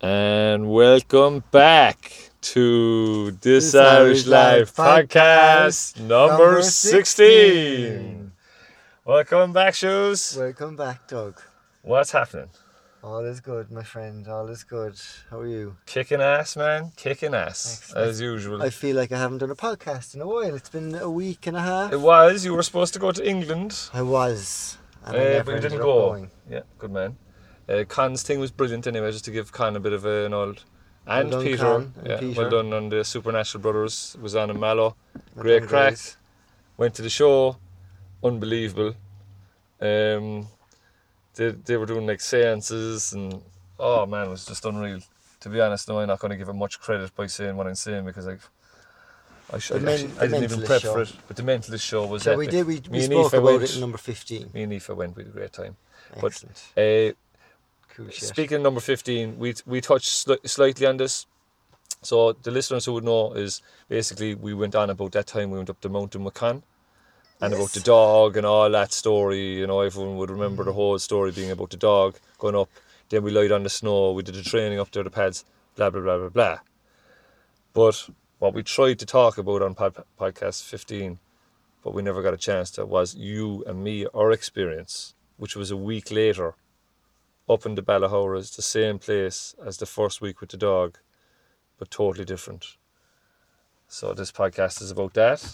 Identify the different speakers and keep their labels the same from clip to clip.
Speaker 1: And welcome back to This,
Speaker 2: This
Speaker 1: Irish
Speaker 2: Irish
Speaker 1: Life
Speaker 2: Life
Speaker 1: podcast number
Speaker 2: number
Speaker 1: 16. Welcome back, Shoes.
Speaker 2: Welcome back, Doug.
Speaker 1: What's happening?
Speaker 2: All is good, my friend. All is good. How are you?
Speaker 1: Kicking ass, man. Kicking ass,
Speaker 2: Excellent.
Speaker 1: as usual.
Speaker 2: I feel like I haven't done a podcast in a while. It's been a week and a half.
Speaker 1: It was, you were supposed to go to England,
Speaker 2: I was.
Speaker 1: uh,
Speaker 2: and I
Speaker 1: but
Speaker 2: never
Speaker 1: you
Speaker 2: ended
Speaker 1: didn't
Speaker 2: up
Speaker 1: go.
Speaker 2: going.
Speaker 1: Yeah, good man. Uh, Con's thing was brilliant anyway, just to give Con a bit of an old. And
Speaker 2: done,
Speaker 1: Peter.
Speaker 2: Con, and
Speaker 1: yeah, Well
Speaker 2: Peter.
Speaker 1: done on the Supernatural Brothers, was on in Mallow.
Speaker 2: My
Speaker 1: Great
Speaker 2: dog
Speaker 1: crack.
Speaker 2: is-
Speaker 1: went to the show, unbelievable. Um, they, they were doing like seances and oh man, it was just unreal. To be honest, no, I'm not going to give it much credit by saying what I'm saying because like, I, sh-
Speaker 2: The
Speaker 1: I
Speaker 2: men-
Speaker 1: actually- I
Speaker 2: the
Speaker 1: didn't even
Speaker 2: mentalist
Speaker 1: prep
Speaker 2: show.
Speaker 1: for it. But the mentalist show was
Speaker 2: So
Speaker 1: epic.
Speaker 2: we did. We, we
Speaker 1: Me and
Speaker 2: spoke
Speaker 1: Aoife
Speaker 2: about
Speaker 1: went.
Speaker 2: it in number fifteen.
Speaker 1: Me and Aoife went. We had a great time. But-
Speaker 2: Excellent.
Speaker 1: Uh,
Speaker 2: cool shit.
Speaker 1: Speaking of number 15, we, we touched sli- slightly on this. So the listeners who would know is basically we went on about that time we went up the mountain with Con and about
Speaker 2: Yes.
Speaker 1: the dog and all that story. You know, everyone would remember the whole story being about the dog going up. Then we lied on the snow. We did the training up there, the pads, blah, blah, blah, blah, blah. But what we tried to talk about on pod- podcast 15, but we never got a chance to, was you and me, our experience, which was a week later up in the Ballahowras, the same place as the first week with the dog, but totally different. So this podcast is about that.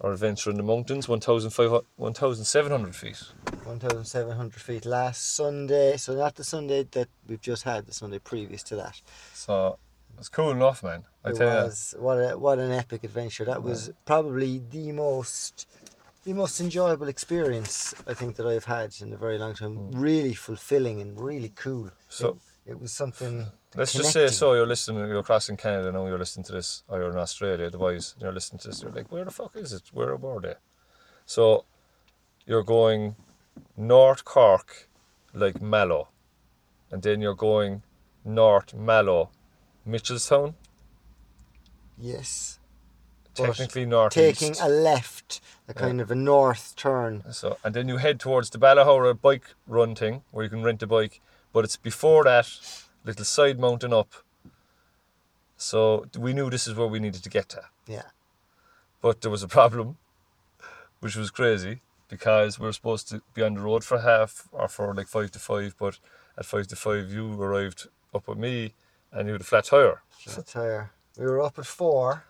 Speaker 1: Our adventure in the mountains, 1,500 1,700 feet.
Speaker 2: One thousand seven hundred feet last Sunday. So not the Sunday that we've just had. The Sunday previous to that.
Speaker 1: So it's cool enough, man. I
Speaker 2: it
Speaker 1: tell you. that.
Speaker 2: was what a what an epic adventure. That was probably the most the most enjoyable experience I think that I've had in a very long time.
Speaker 1: Hmm.
Speaker 2: Really fulfilling and really cool.
Speaker 1: So
Speaker 2: It, it was something.
Speaker 1: let's just say,
Speaker 2: connecting.
Speaker 1: so you're listening, you're across in Canada, now you're listening to this, or you're in Australia, otherwise you're listening to this, you're like, where the fuck is it? Where were they? So you're going North Cork, like Mallow, and then you're going North Mallow, Mitchelstown,
Speaker 2: Yes. But
Speaker 1: technically North
Speaker 2: Taking a left, a kind of a north turn.
Speaker 1: So and then you head towards the Ballahora bike run thing where you can rent a bike, but it's before that little side mountain up. So we knew this is where we needed to get to.
Speaker 2: Yeah.
Speaker 1: But there was a problem, which was crazy because we were supposed to be on the road for half or for like five to five, but at five to five you arrived up with me and you had a flat tire.
Speaker 2: Flat tire. We were up at four.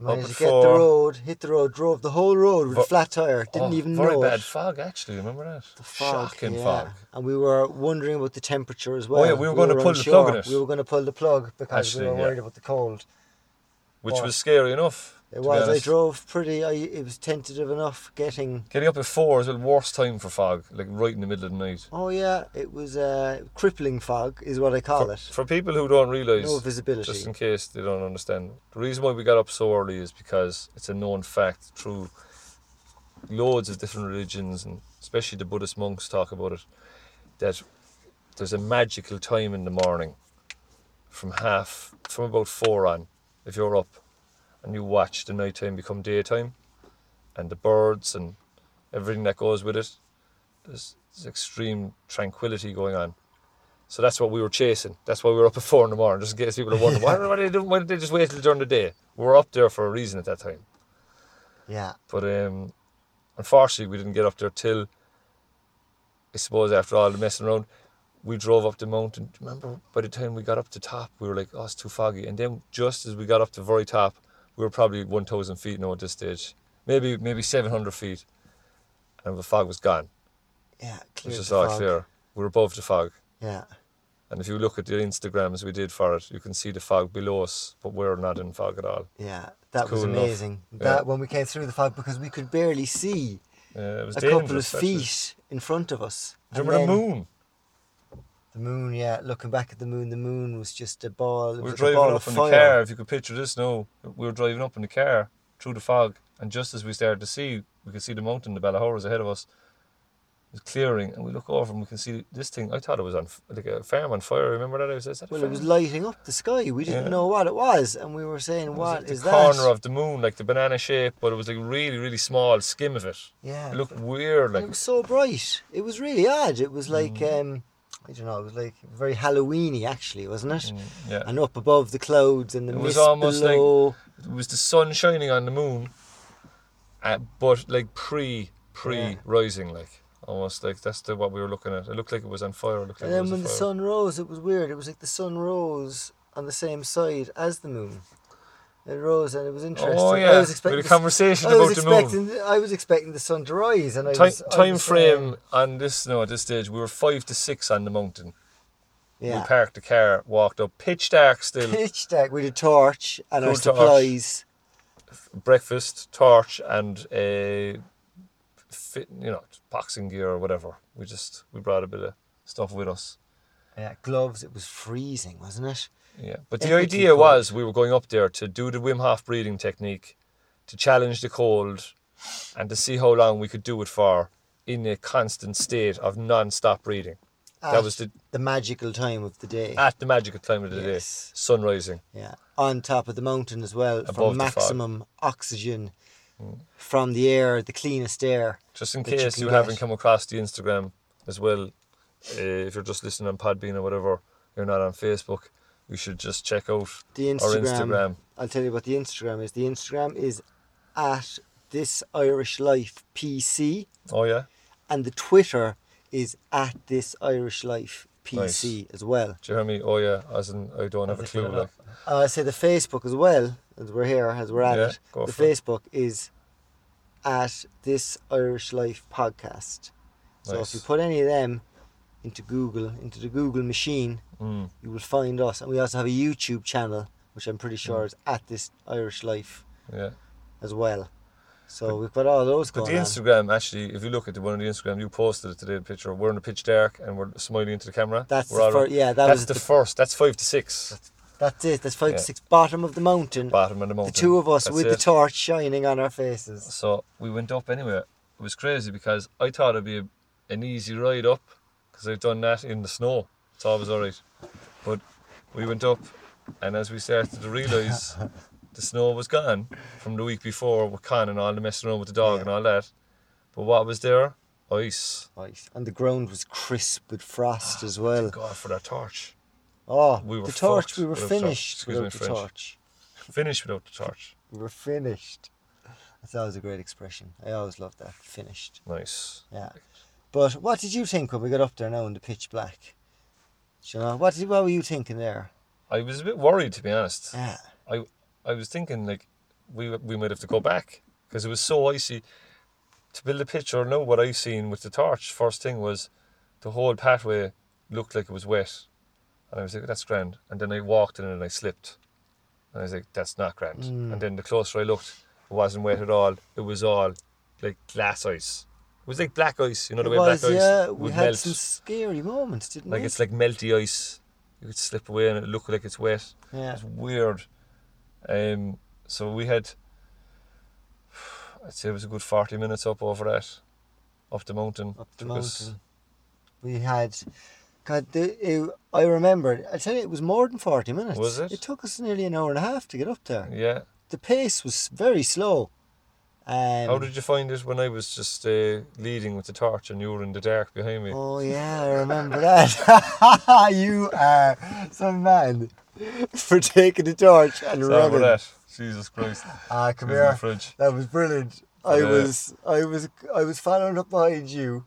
Speaker 2: Managed
Speaker 1: at
Speaker 2: to get the
Speaker 1: four.
Speaker 2: road, hit the road, drove the whole road with
Speaker 1: Vo-
Speaker 2: a flat tire. Didn't
Speaker 1: Oh,
Speaker 2: even
Speaker 1: very
Speaker 2: know
Speaker 1: bad
Speaker 2: it.
Speaker 1: fog actually. Remember that?
Speaker 2: The fog,
Speaker 1: Shocking
Speaker 2: yeah.
Speaker 1: fog. Oh,
Speaker 2: And we were wondering about the temperature as well.
Speaker 1: yeah, we were gonna pull the plug in it.
Speaker 2: We were going to pull the plug because we
Speaker 1: Actually,
Speaker 2: were
Speaker 1: yeah.
Speaker 2: worried about the cold.
Speaker 1: Which
Speaker 2: But-
Speaker 1: was scary enough. to
Speaker 2: It
Speaker 1: be
Speaker 2: was. I
Speaker 1: honest.
Speaker 2: drove pretty. I, it was tentative enough getting.
Speaker 1: Getting up at four is the worst time for fog, like right in the middle of the night.
Speaker 2: Oh yeah, it was uh, crippling fog is what I call
Speaker 1: For,
Speaker 2: it.
Speaker 1: for people who don't realise,
Speaker 2: No visibility.
Speaker 1: just in case they don't understand, the reason why we got up so early is because it's a known fact through loads of different religions, and especially the Buddhist monks talk about it, that there's a magical time in the morning from half, from about four on, if you're up and you watch the nighttime become daytime and the birds and everything that goes with it, there's, there's extreme tranquility going on. So that's what we were chasing. That's why we were up at four in the morning, just in case people are wondering, why, why, they didn't, why did they just wait till during the day? We were up there for a reason at that time.
Speaker 2: Yeah,
Speaker 1: But um, unfortunately, we didn't get up there till, I suppose, after all the messing around, we drove up the mountain. Do you Remember, by the time we got up to top, we were like, oh, it's too foggy. And then just as we got up to the very top, we were probably 1,000 feet now at this stage, maybe maybe 700 feet, and the fog was gone.
Speaker 2: yeah.
Speaker 1: It was
Speaker 2: Clear
Speaker 1: just
Speaker 2: the
Speaker 1: all
Speaker 2: fog.
Speaker 1: clear. We were above the fog.
Speaker 2: Yeah,
Speaker 1: And if you look at the Instagrams we did for it, you can see the fog below us, but we're not in fog at all.
Speaker 2: yeah. That was
Speaker 1: cool enough.
Speaker 2: amazing.
Speaker 1: Yeah.
Speaker 2: That when we came through the fog because we could barely see
Speaker 1: Uh, it was
Speaker 2: a couple of
Speaker 1: dangerous, actually.
Speaker 2: feet in front of us.
Speaker 1: Do you
Speaker 2: And
Speaker 1: remember the
Speaker 2: then-
Speaker 1: moon?
Speaker 2: The moon, yeah. Looking back at the moon, the moon was just a ball. It
Speaker 1: We were
Speaker 2: was like a ball
Speaker 1: driving
Speaker 2: of
Speaker 1: up in
Speaker 2: fire.
Speaker 1: the car. If you could picture this now, we were driving up in the car through the fog, and just as we started to see, we could see the mountain, the Ballahoras ahead of us. It was clearing, and we look over and we can see this thing. I thought it was on f- like a farm on fire. Remember that? I was, is that a
Speaker 2: Well, it
Speaker 1: farm?
Speaker 2: was lighting up the sky. We didn't
Speaker 1: Yeah.
Speaker 2: know what it was, and we were saying,
Speaker 1: It was
Speaker 2: "What
Speaker 1: like
Speaker 2: is
Speaker 1: the
Speaker 2: that?"
Speaker 1: corner of the moon, like the banana shape, but it was like really, really small skim of it.
Speaker 2: yeah,
Speaker 1: It looked weird,
Speaker 2: and
Speaker 1: like Mm.
Speaker 2: it was so bright. It was really odd. It was like um, I don't know. It was like very Halloweeny, actually, wasn't it?
Speaker 1: Mm, yeah.
Speaker 2: And up above the clouds and the
Speaker 1: It was
Speaker 2: mist
Speaker 1: almost like-
Speaker 2: below.
Speaker 1: it was the sun shining on the moon, uh, but like pre pre
Speaker 2: Yeah.
Speaker 1: rising, like almost like that's the what we were looking at. It looked like it was on fire. It looked like it
Speaker 2: and then
Speaker 1: was
Speaker 2: Um, when
Speaker 1: on
Speaker 2: the
Speaker 1: fire.
Speaker 2: sun rose, it was weird. It was like the sun rose on the same side as the moon. It rose and it was interesting.
Speaker 1: oh yeah,
Speaker 2: I was
Speaker 1: we
Speaker 2: expecting.
Speaker 1: had a
Speaker 2: the-
Speaker 1: conversation
Speaker 2: I was
Speaker 1: about the moon.
Speaker 2: expecting. I was expecting the sun to rise, and I
Speaker 1: Time,
Speaker 2: was, I
Speaker 1: time
Speaker 2: was, uh,
Speaker 1: frame on this no at this stage we were five to six on the mountain. We
Speaker 2: yeah,
Speaker 1: parked the car, walked up, pitch dark still,
Speaker 2: pitch dark with a torch and our
Speaker 1: Full torch.
Speaker 2: supplies.
Speaker 1: breakfast, torch, and a fit, you know boxing gear or whatever. We just we brought a bit of stuff with us.
Speaker 2: Yeah, gloves. It was freezing, wasn't it?
Speaker 1: Yeah, but the
Speaker 2: Ethically
Speaker 1: idea
Speaker 2: cold.
Speaker 1: was we were going up there to do the Wim Hof breathing technique, to challenge the cold, and to see how long we could do it for in a constant state of non-stop breathing.
Speaker 2: At
Speaker 1: that was the Ah.
Speaker 2: the magical time of the day.
Speaker 1: at the magical time of the
Speaker 2: Yes.
Speaker 1: day, sun rising.
Speaker 2: Yeah, on top of the mountain as well, for
Speaker 1: Above the fog. Mm.
Speaker 2: maximum oxygen from the air, the cleanest air.
Speaker 1: Just in
Speaker 2: That you
Speaker 1: case
Speaker 2: can
Speaker 1: you,
Speaker 2: get.
Speaker 1: haven't come across the Instagram as well, uh, if you're just listening on Podbean or whatever, you're not on Facebook. You should just check out
Speaker 2: The
Speaker 1: our
Speaker 2: Instagram.
Speaker 1: Instagram.
Speaker 2: I'll tell you what the Instagram is. The Instagram is at this Irish Life PC,
Speaker 1: Oh yeah,
Speaker 2: and the Twitter is at this Irish Life PC as well.
Speaker 1: do you hear me? Oh yeah, as in I don't have a clue. Like
Speaker 2: Uh, I say the Facebook as well, as we're here, as we're at
Speaker 1: Yeah,
Speaker 2: it.
Speaker 1: go
Speaker 2: The
Speaker 1: for it.
Speaker 2: Facebook is at this Irish Life podcast. So if
Speaker 1: Nice.
Speaker 2: you put any of them into Google, into the Google machine,
Speaker 1: mm,
Speaker 2: you will find us. And we also have a YouTube channel, which I'm pretty
Speaker 1: Mm.
Speaker 2: sure is at this Irish Life
Speaker 1: yeah.
Speaker 2: as well. So we've got all those
Speaker 1: But
Speaker 2: going
Speaker 1: the
Speaker 2: on.
Speaker 1: Instagram, actually, if you look at the one on the Instagram, you posted it today, the picture. We're in the pitch dark and we're smiling into the camera.
Speaker 2: That's
Speaker 1: we're
Speaker 2: the
Speaker 1: all-
Speaker 2: fir- yeah, that
Speaker 1: that's
Speaker 2: was
Speaker 1: the,
Speaker 2: the-
Speaker 1: first. That's five to six,
Speaker 2: That's it. That's five
Speaker 1: Yeah.
Speaker 2: to six bottom of the mountain.
Speaker 1: bottom of the
Speaker 2: the
Speaker 1: mountain.
Speaker 2: two of us
Speaker 1: That's
Speaker 2: with the
Speaker 1: it.
Speaker 2: torch shining on our faces.
Speaker 1: So we went up anyway. It was crazy because I thought it'd be a, an easy ride up because I've done that in the snow. It's always all right. But we went up, and as we started to realise the snow was gone from the week before with Con and all the messing around with the dog
Speaker 2: Yeah.
Speaker 1: and all that. But what was there? Ice.
Speaker 2: Right. And the ground was crisp with frost as well.
Speaker 1: God, for that torch.
Speaker 2: Oh,
Speaker 1: We were
Speaker 2: the torch.
Speaker 1: fucked
Speaker 2: We were
Speaker 1: without the torch.
Speaker 2: finished
Speaker 1: Excuse
Speaker 2: without
Speaker 1: my
Speaker 2: the
Speaker 1: French.
Speaker 2: torch.
Speaker 1: Finish without the torch.
Speaker 2: We were finished. That's always a great expression. I always love that. Finished.
Speaker 1: Nice.
Speaker 2: Yeah. But what did you think when we got up there now in the pitch black? Do you know what? Did, what were you thinking there?
Speaker 1: I was a bit worried to be honest.
Speaker 2: Yeah.
Speaker 1: I I was thinking like we we might have to go back because it was so icy. To build a picture, no, what I seen with the torch first thing was the whole pathway looked like it was wet, and I was like, that's grand. And then I walked in it and I slipped, and I was like, that's not grand.
Speaker 2: Mm.
Speaker 1: And then the closer I looked, it wasn't wet at all. It was all like glass ice. It was like black ice, you know the
Speaker 2: It
Speaker 1: way
Speaker 2: was,
Speaker 1: black ice
Speaker 2: yeah.
Speaker 1: would
Speaker 2: We had
Speaker 1: melt.
Speaker 2: some scary moments, didn't
Speaker 1: like
Speaker 2: we?
Speaker 1: it's like melty ice. You could slip away and it look like it's wet.
Speaker 2: yeah.
Speaker 1: It's weird. Um, so we had, I'd say it was a good 40 minutes up over that, up the mountain.
Speaker 2: up the
Speaker 1: Took us-
Speaker 2: mountain. We had, God, the, it, I remember. I tell you, it was more than forty minutes.
Speaker 1: Was it?
Speaker 2: It took us nearly an hour and a half to get up there.
Speaker 1: yeah.
Speaker 2: The pace was very slow. Um,
Speaker 1: How did you find it when I was just uh, leading with the torch and you were in the dark behind me?
Speaker 2: Oh yeah, I remember that. you are some man for taking the torch and
Speaker 1: Sorry about
Speaker 2: running.
Speaker 1: that. Jesus Christ. It
Speaker 2: Ah, come
Speaker 1: was in the
Speaker 2: here.
Speaker 1: fridge.
Speaker 2: That was brilliant. I
Speaker 1: Yeah.
Speaker 2: was, I was, I was following up behind you,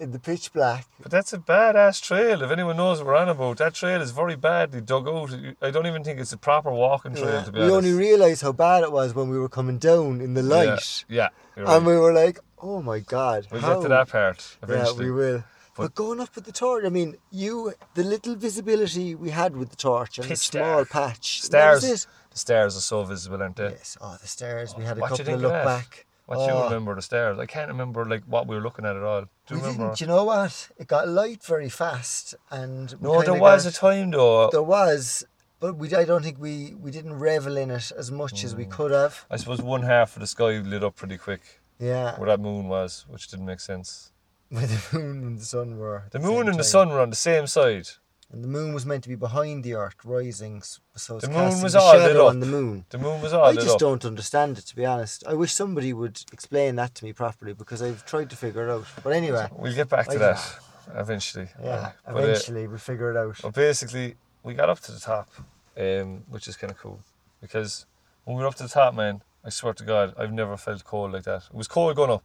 Speaker 2: in the pitch black.
Speaker 1: But that's a badass trail. If anyone knows what we're on about, that trail is very badly dug out. I don't even think it's a proper walking trail,
Speaker 2: Yeah.
Speaker 1: to be
Speaker 2: We
Speaker 1: honest.
Speaker 2: only realised how bad it was when we were coming down in the light.
Speaker 1: Yeah. yeah you're
Speaker 2: And
Speaker 1: right.
Speaker 2: we were like, oh my god.
Speaker 1: We'll
Speaker 2: how-
Speaker 1: get to that part
Speaker 2: Yeah,
Speaker 1: eventually.
Speaker 2: we will. But,
Speaker 1: But-
Speaker 2: going up with the torch, I mean, you, the little visibility we had with the torch and the
Speaker 1: Pitch
Speaker 2: small
Speaker 1: dark.
Speaker 2: patch. that was
Speaker 1: Stars.
Speaker 2: it.
Speaker 1: The stars are so visible, aren't they?
Speaker 2: Yes, oh, the stairs. We had a
Speaker 1: What do you
Speaker 2: couple
Speaker 1: think of
Speaker 2: of look
Speaker 1: that?
Speaker 2: back.
Speaker 1: What
Speaker 2: oh,
Speaker 1: you remember the stars? I can't remember like what we were looking at at all. Do you
Speaker 2: we
Speaker 1: remember?
Speaker 2: didn't, you know what? It got light very fast. and we
Speaker 1: no, there
Speaker 2: kinda
Speaker 1: was a
Speaker 2: got-
Speaker 1: time though.
Speaker 2: There was, but we, I don't think we, we didn't revel in it as much as
Speaker 1: Hmm.
Speaker 2: we could have.
Speaker 1: I suppose one half of the sky lit up pretty quick
Speaker 2: Yeah,
Speaker 1: where that moon was, which didn't make sense.
Speaker 2: where the moon and the sun were. at
Speaker 1: The moon
Speaker 2: same
Speaker 1: and the
Speaker 2: time.
Speaker 1: sun were on the same side.
Speaker 2: And the moon was meant to be behind the earth, rising, s- so it's
Speaker 1: The moon
Speaker 2: casting
Speaker 1: was
Speaker 2: the
Speaker 1: all lit
Speaker 2: shadow
Speaker 1: up.
Speaker 2: on the moon.
Speaker 1: The moon was all
Speaker 2: I
Speaker 1: lit
Speaker 2: just
Speaker 1: up.
Speaker 2: don't understand it, to be honest. I wish somebody would explain that to me properly because I've tried to figure it out. But anyway,
Speaker 1: We'll get back
Speaker 2: I
Speaker 1: to that. eventually.
Speaker 2: Yeah,
Speaker 1: But, uh,
Speaker 2: eventually we'll figure it out.
Speaker 1: But basically, we got up to the top, um, which is kind of cool because when we were up to the top, man, I swear to God, I've never felt cold like that. It was cold going up,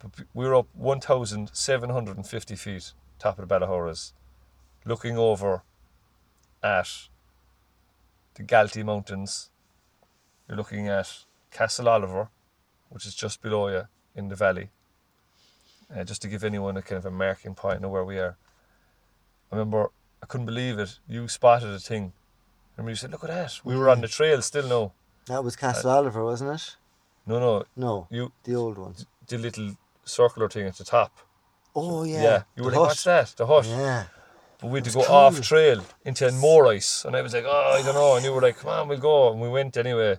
Speaker 1: but p- we were up 1,750 feet, top of the Balahoras, looking over at the Galtee Mountains. You're looking at Castle Oliver, which is just below you in the valley. Uh, just to give anyone a kind of a marking point of where we are. I remember I couldn't believe it. You spotted a thing. I remember you said, "Look at that." We were on the trail. Still no,
Speaker 2: That
Speaker 1: Uh,
Speaker 2: was Castle Oliver, wasn't it?
Speaker 1: no, no.
Speaker 2: No,
Speaker 1: You
Speaker 2: the old one.
Speaker 1: the little circular thing at the top.
Speaker 2: Oh yeah.
Speaker 1: You
Speaker 2: the
Speaker 1: were like,
Speaker 2: hut.
Speaker 1: "What's that?" The hut.
Speaker 2: Yeah.
Speaker 1: But we had to
Speaker 2: It's
Speaker 1: go off
Speaker 2: cool.
Speaker 1: trail into more ice, and I was like, "Oh, I don't know." And you were like, "Come on, we'll go," and we went anyway.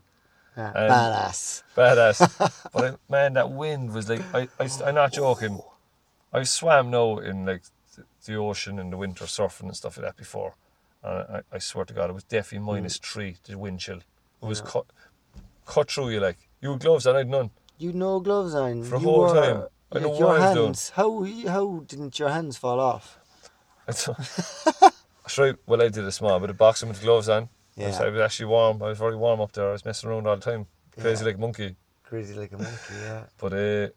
Speaker 2: yeah.
Speaker 1: And-
Speaker 2: Badass.
Speaker 1: Badass. but I, man, that wind was like, I, I, am not joking. I've swam now in like th- the ocean in the winter surfing and stuff like that before. And I, I swear to God, it was definitely
Speaker 2: Mm.
Speaker 1: minus three, the wind chill. It was cut, cut through you like. You had gloves and I had none.
Speaker 2: You had no gloves on.
Speaker 1: For a
Speaker 2: you
Speaker 1: whole
Speaker 2: were,
Speaker 1: time. I know
Speaker 2: like,
Speaker 1: what
Speaker 2: your
Speaker 1: I was doing.
Speaker 2: hands. How how didn't your hands fall off?
Speaker 1: It's- Sure, well, I did a small bit of boxing with the gloves on. I, was,
Speaker 2: Yeah.
Speaker 1: I was actually warm. I was very warm up there. I was messing around all the time. Crazy
Speaker 2: Yeah.
Speaker 1: like a monkey.
Speaker 2: Crazy like a monkey. Yeah.
Speaker 1: But uh,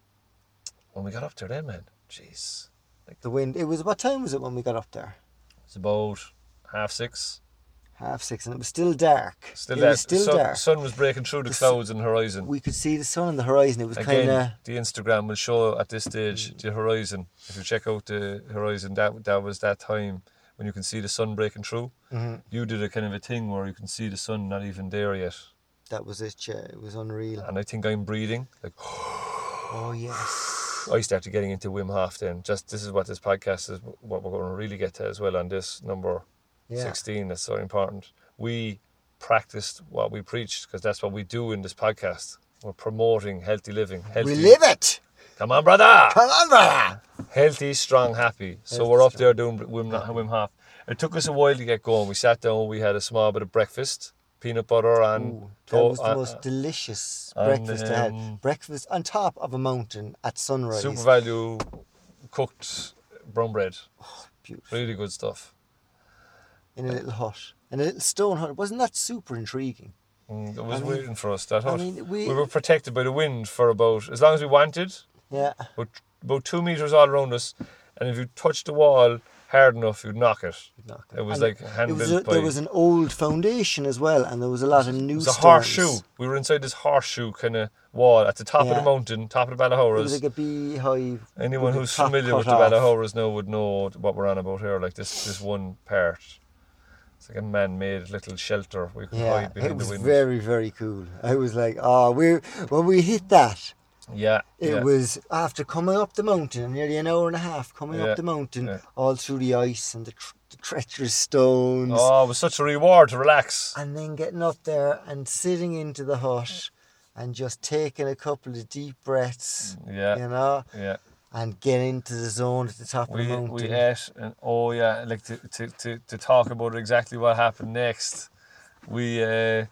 Speaker 1: when we got up there then, man, jeez.
Speaker 2: The wind. It was. What time was it when we got up there?
Speaker 1: It's about half six.
Speaker 2: Half six, and it was still dark.
Speaker 1: Still
Speaker 2: it
Speaker 1: there.
Speaker 2: was still
Speaker 1: sun,
Speaker 2: dark.
Speaker 1: sun was breaking through the
Speaker 2: The sun-
Speaker 1: clouds and horizon.
Speaker 2: We could see the sun on the horizon. It was
Speaker 1: Again,
Speaker 2: kind of
Speaker 1: the Instagram will show at this stage
Speaker 2: Mm.
Speaker 1: the horizon. If you check out the horizon, that that was that time when you can see the sun breaking through.
Speaker 2: Mm-hmm.
Speaker 1: You did a kind of a thing where you can see the sun not even there yet.
Speaker 2: that was it. Yeah, it was unreal.
Speaker 1: And I think I'm breathing. Like
Speaker 2: Oh yes.
Speaker 1: I started getting into Wim Hof then. Just this is what this podcast is what we're going to really get to as well on this number
Speaker 2: Yeah.
Speaker 1: 16 that's so important we practiced what we preached because that's what we do in this podcast we're promoting healthy living healthy
Speaker 2: We live it.
Speaker 1: come on brother
Speaker 2: Come on, brother.
Speaker 1: healthy strong happy so
Speaker 2: Healthy,
Speaker 1: we're up there doing Wim, Wim Hof it took us a while to get going we sat down we had a small bit of breakfast peanut butter and
Speaker 2: Ooh, that
Speaker 1: to-
Speaker 2: was the
Speaker 1: uh,
Speaker 2: most delicious
Speaker 1: and,
Speaker 2: breakfast I
Speaker 1: um,
Speaker 2: had. Breakfast on top of a mountain at sunrise.
Speaker 1: super value cooked brown bread
Speaker 2: Beautiful.
Speaker 1: really good stuff
Speaker 2: In a little hut. In a little stone hut. Wasn't that super intriguing?
Speaker 1: Mm, it was
Speaker 2: mean-
Speaker 1: waiting for us that
Speaker 2: I
Speaker 1: hut.
Speaker 2: mean, we-
Speaker 1: we were protected by the wind for about as long as we wanted
Speaker 2: Yeah.
Speaker 1: about, about two meters all around us, and if you touched the wall hard enough, you'd knock it.
Speaker 2: knock it.
Speaker 1: It was
Speaker 2: And
Speaker 1: like hand
Speaker 2: It was a,
Speaker 1: built by.
Speaker 2: there was an old foundation as well, and there was a lot of new
Speaker 1: it was a
Speaker 2: stones.
Speaker 1: horseshoe. We were inside this horseshoe kind of wall at the top of
Speaker 2: Yeah.
Speaker 1: the mountain, top of the
Speaker 2: It was
Speaker 1: Balahoras.
Speaker 2: like a beehive.
Speaker 1: Anyone
Speaker 2: with the
Speaker 1: who's
Speaker 2: top
Speaker 1: familiar
Speaker 2: cut
Speaker 1: with the
Speaker 2: off.
Speaker 1: Balahoras now would know what we're on about here. Like this, this one part. It's like a man-made little shelter we could
Speaker 2: Yeah,
Speaker 1: hide
Speaker 2: it
Speaker 1: behind the
Speaker 2: was
Speaker 1: wind.
Speaker 2: very, very cool. I was like, oh, we when we hit that,
Speaker 1: yeah,
Speaker 2: it
Speaker 1: yeah.
Speaker 2: was after coming up the mountain, nearly an hour and a half coming
Speaker 1: Yeah,
Speaker 2: up the mountain,
Speaker 1: yeah.
Speaker 2: all through the ice and the, tr- the treacherous stones,
Speaker 1: Oh, it was such a reward to relax.
Speaker 2: and then getting up there and sitting into the hut and just taking a couple of deep breaths,
Speaker 1: Yeah,
Speaker 2: you know,
Speaker 1: yeah.
Speaker 2: and get into the zone at the top
Speaker 1: We,
Speaker 2: of the mountain.
Speaker 1: we ate and oh yeah, like to, to, to, to talk about exactly what happened next. We uh,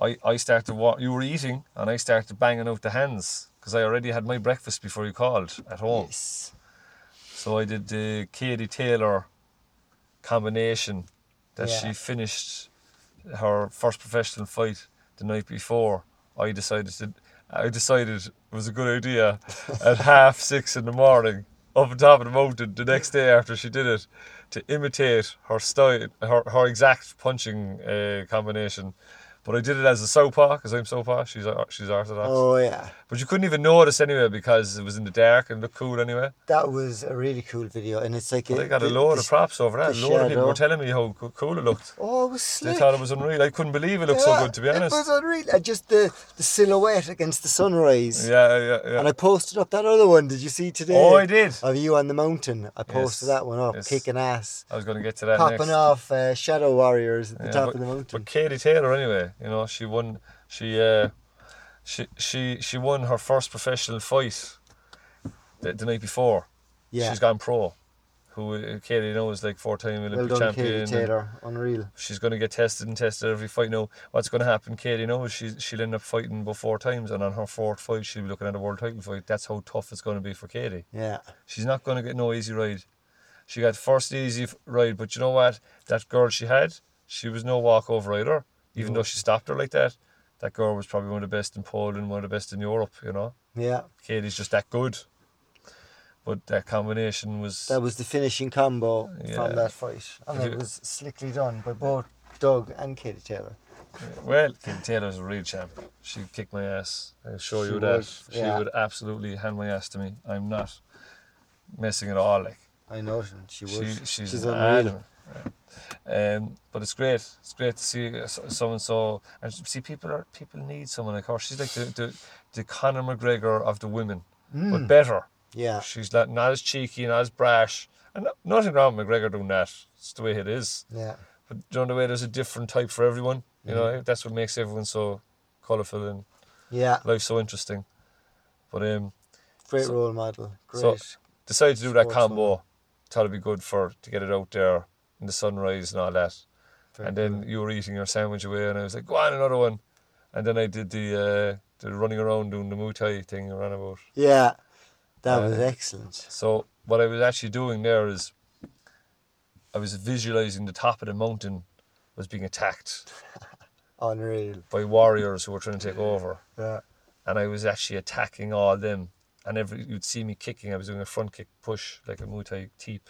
Speaker 1: I I started what you were eating and I started banging out the hands because I already had my breakfast before you called at home.
Speaker 2: Yes.
Speaker 1: So I did the Katie Taylor combination that
Speaker 2: Yeah.
Speaker 1: she finished her first professional fight the night before. I decided to, I decided it was a good idea at half six in the morning up on top of the mountain the next day after she did it to imitate her style, her, her exact punching uh, combination. But I did it as a southpaw because I'm southpaw. She's she's orthodox.
Speaker 2: Oh yeah,
Speaker 1: But you couldn't even notice anyway because it was in the dark and looked cool anyway.
Speaker 2: that was a really cool video, and it's like
Speaker 1: Well,
Speaker 2: a-
Speaker 1: they got a
Speaker 2: the-
Speaker 1: load
Speaker 2: the
Speaker 1: of props over that. A
Speaker 2: the
Speaker 1: load of people were
Speaker 2: shadow.
Speaker 1: telling me how co- cool it looked.
Speaker 2: Oh, it was
Speaker 1: They
Speaker 2: slick.
Speaker 1: thought it was unreal. I couldn't believe it looked so
Speaker 2: Yeah,
Speaker 1: good, to be honest.
Speaker 2: It was unreal. Uh, Just the, the silhouette against the sunrise.
Speaker 1: Yeah, yeah, yeah.
Speaker 2: And I posted up that other one. Did you see today?
Speaker 1: oh, I did.
Speaker 2: Of you on the mountain. I posted
Speaker 1: Yes,
Speaker 2: that one up,
Speaker 1: yes.
Speaker 2: kicking ass,
Speaker 1: I was going to get to that
Speaker 2: popping
Speaker 1: next.
Speaker 2: off uh, Shadow Warriors at the
Speaker 1: Yeah,
Speaker 2: top
Speaker 1: but,
Speaker 2: of the mountain.
Speaker 1: But Katie Taylor, anyway, you know, she won. She uh, she she she won her first professional fight the, the night before.
Speaker 2: yeah.
Speaker 1: She's gone pro. Who uh, Katie knows like four-time
Speaker 2: well
Speaker 1: Olympic
Speaker 2: done,
Speaker 1: champion.
Speaker 2: Katie
Speaker 1: and-
Speaker 2: Taylor. Unreal.
Speaker 1: she's going to get tested and tested every fight. Now, what's going to happen, Katie? No, she she'll end up fighting about four times, and on her fourth fight, she'll be looking at a world title fight. That's how tough it's going to be for Katie.
Speaker 2: Yeah.
Speaker 1: She's not going to get no easy ride. She got first easy f- ride, but you know what? That girl she had, she was no walkover rider, even though she stopped her like that. That girl was probably one of the best in Poland, one of the best in Europe, you know?
Speaker 2: Yeah,
Speaker 1: Katie's just that good. But that combination was.
Speaker 2: that was the finishing combo
Speaker 1: Yeah.
Speaker 2: from that fight, and
Speaker 1: If
Speaker 2: it
Speaker 1: you-
Speaker 2: was slickly done by both Doug and Katie Taylor.
Speaker 1: Well, Katie Taylor's a real champ. She kicked my ass. I'll show
Speaker 2: She
Speaker 1: you
Speaker 2: would,
Speaker 1: that. She
Speaker 2: yeah.
Speaker 1: would absolutely hand my ass to me. I'm not messing at all. Like
Speaker 2: I know she- she was.
Speaker 1: she, she's, an
Speaker 2: unreal.
Speaker 1: animal, right. Um, but it's great. It's great to see uh, s- someone so and see people are people need someone like her. She's like the the, the Conor McGregor of the women,
Speaker 2: Hmm.
Speaker 1: but better.
Speaker 2: Yeah,
Speaker 1: She's not not as cheeky, not as brash, and no- nothing wrong with McGregor doing that. It's the way it is.
Speaker 2: yeah.
Speaker 1: But you know the way there's a different type for everyone. You know that's what makes everyone so colourful and
Speaker 2: Yeah,
Speaker 1: life's so interesting. But um,
Speaker 2: great
Speaker 1: So-
Speaker 2: role model. Great.
Speaker 1: so- decided to do that
Speaker 2: Sportswoman.
Speaker 1: combo. Thought it'd be good for to get it out there in the sunrise and all that.
Speaker 2: Very
Speaker 1: and then you were eating your sandwich away, and I was like, "Go on, another one." And then I did the uh, the running around doing the Muay Thai thing around about.
Speaker 2: yeah, that
Speaker 1: Uh,
Speaker 2: was excellent.
Speaker 1: So what I was actually doing there is, I was visualizing the top of the mountain was being attacked
Speaker 2: Unreal.
Speaker 1: by warriors who were trying to take over.
Speaker 2: Yeah.
Speaker 1: and I was actually attacking all them. And every you'd see me kicking, I was doing a front kick push like a Muay Thai teep.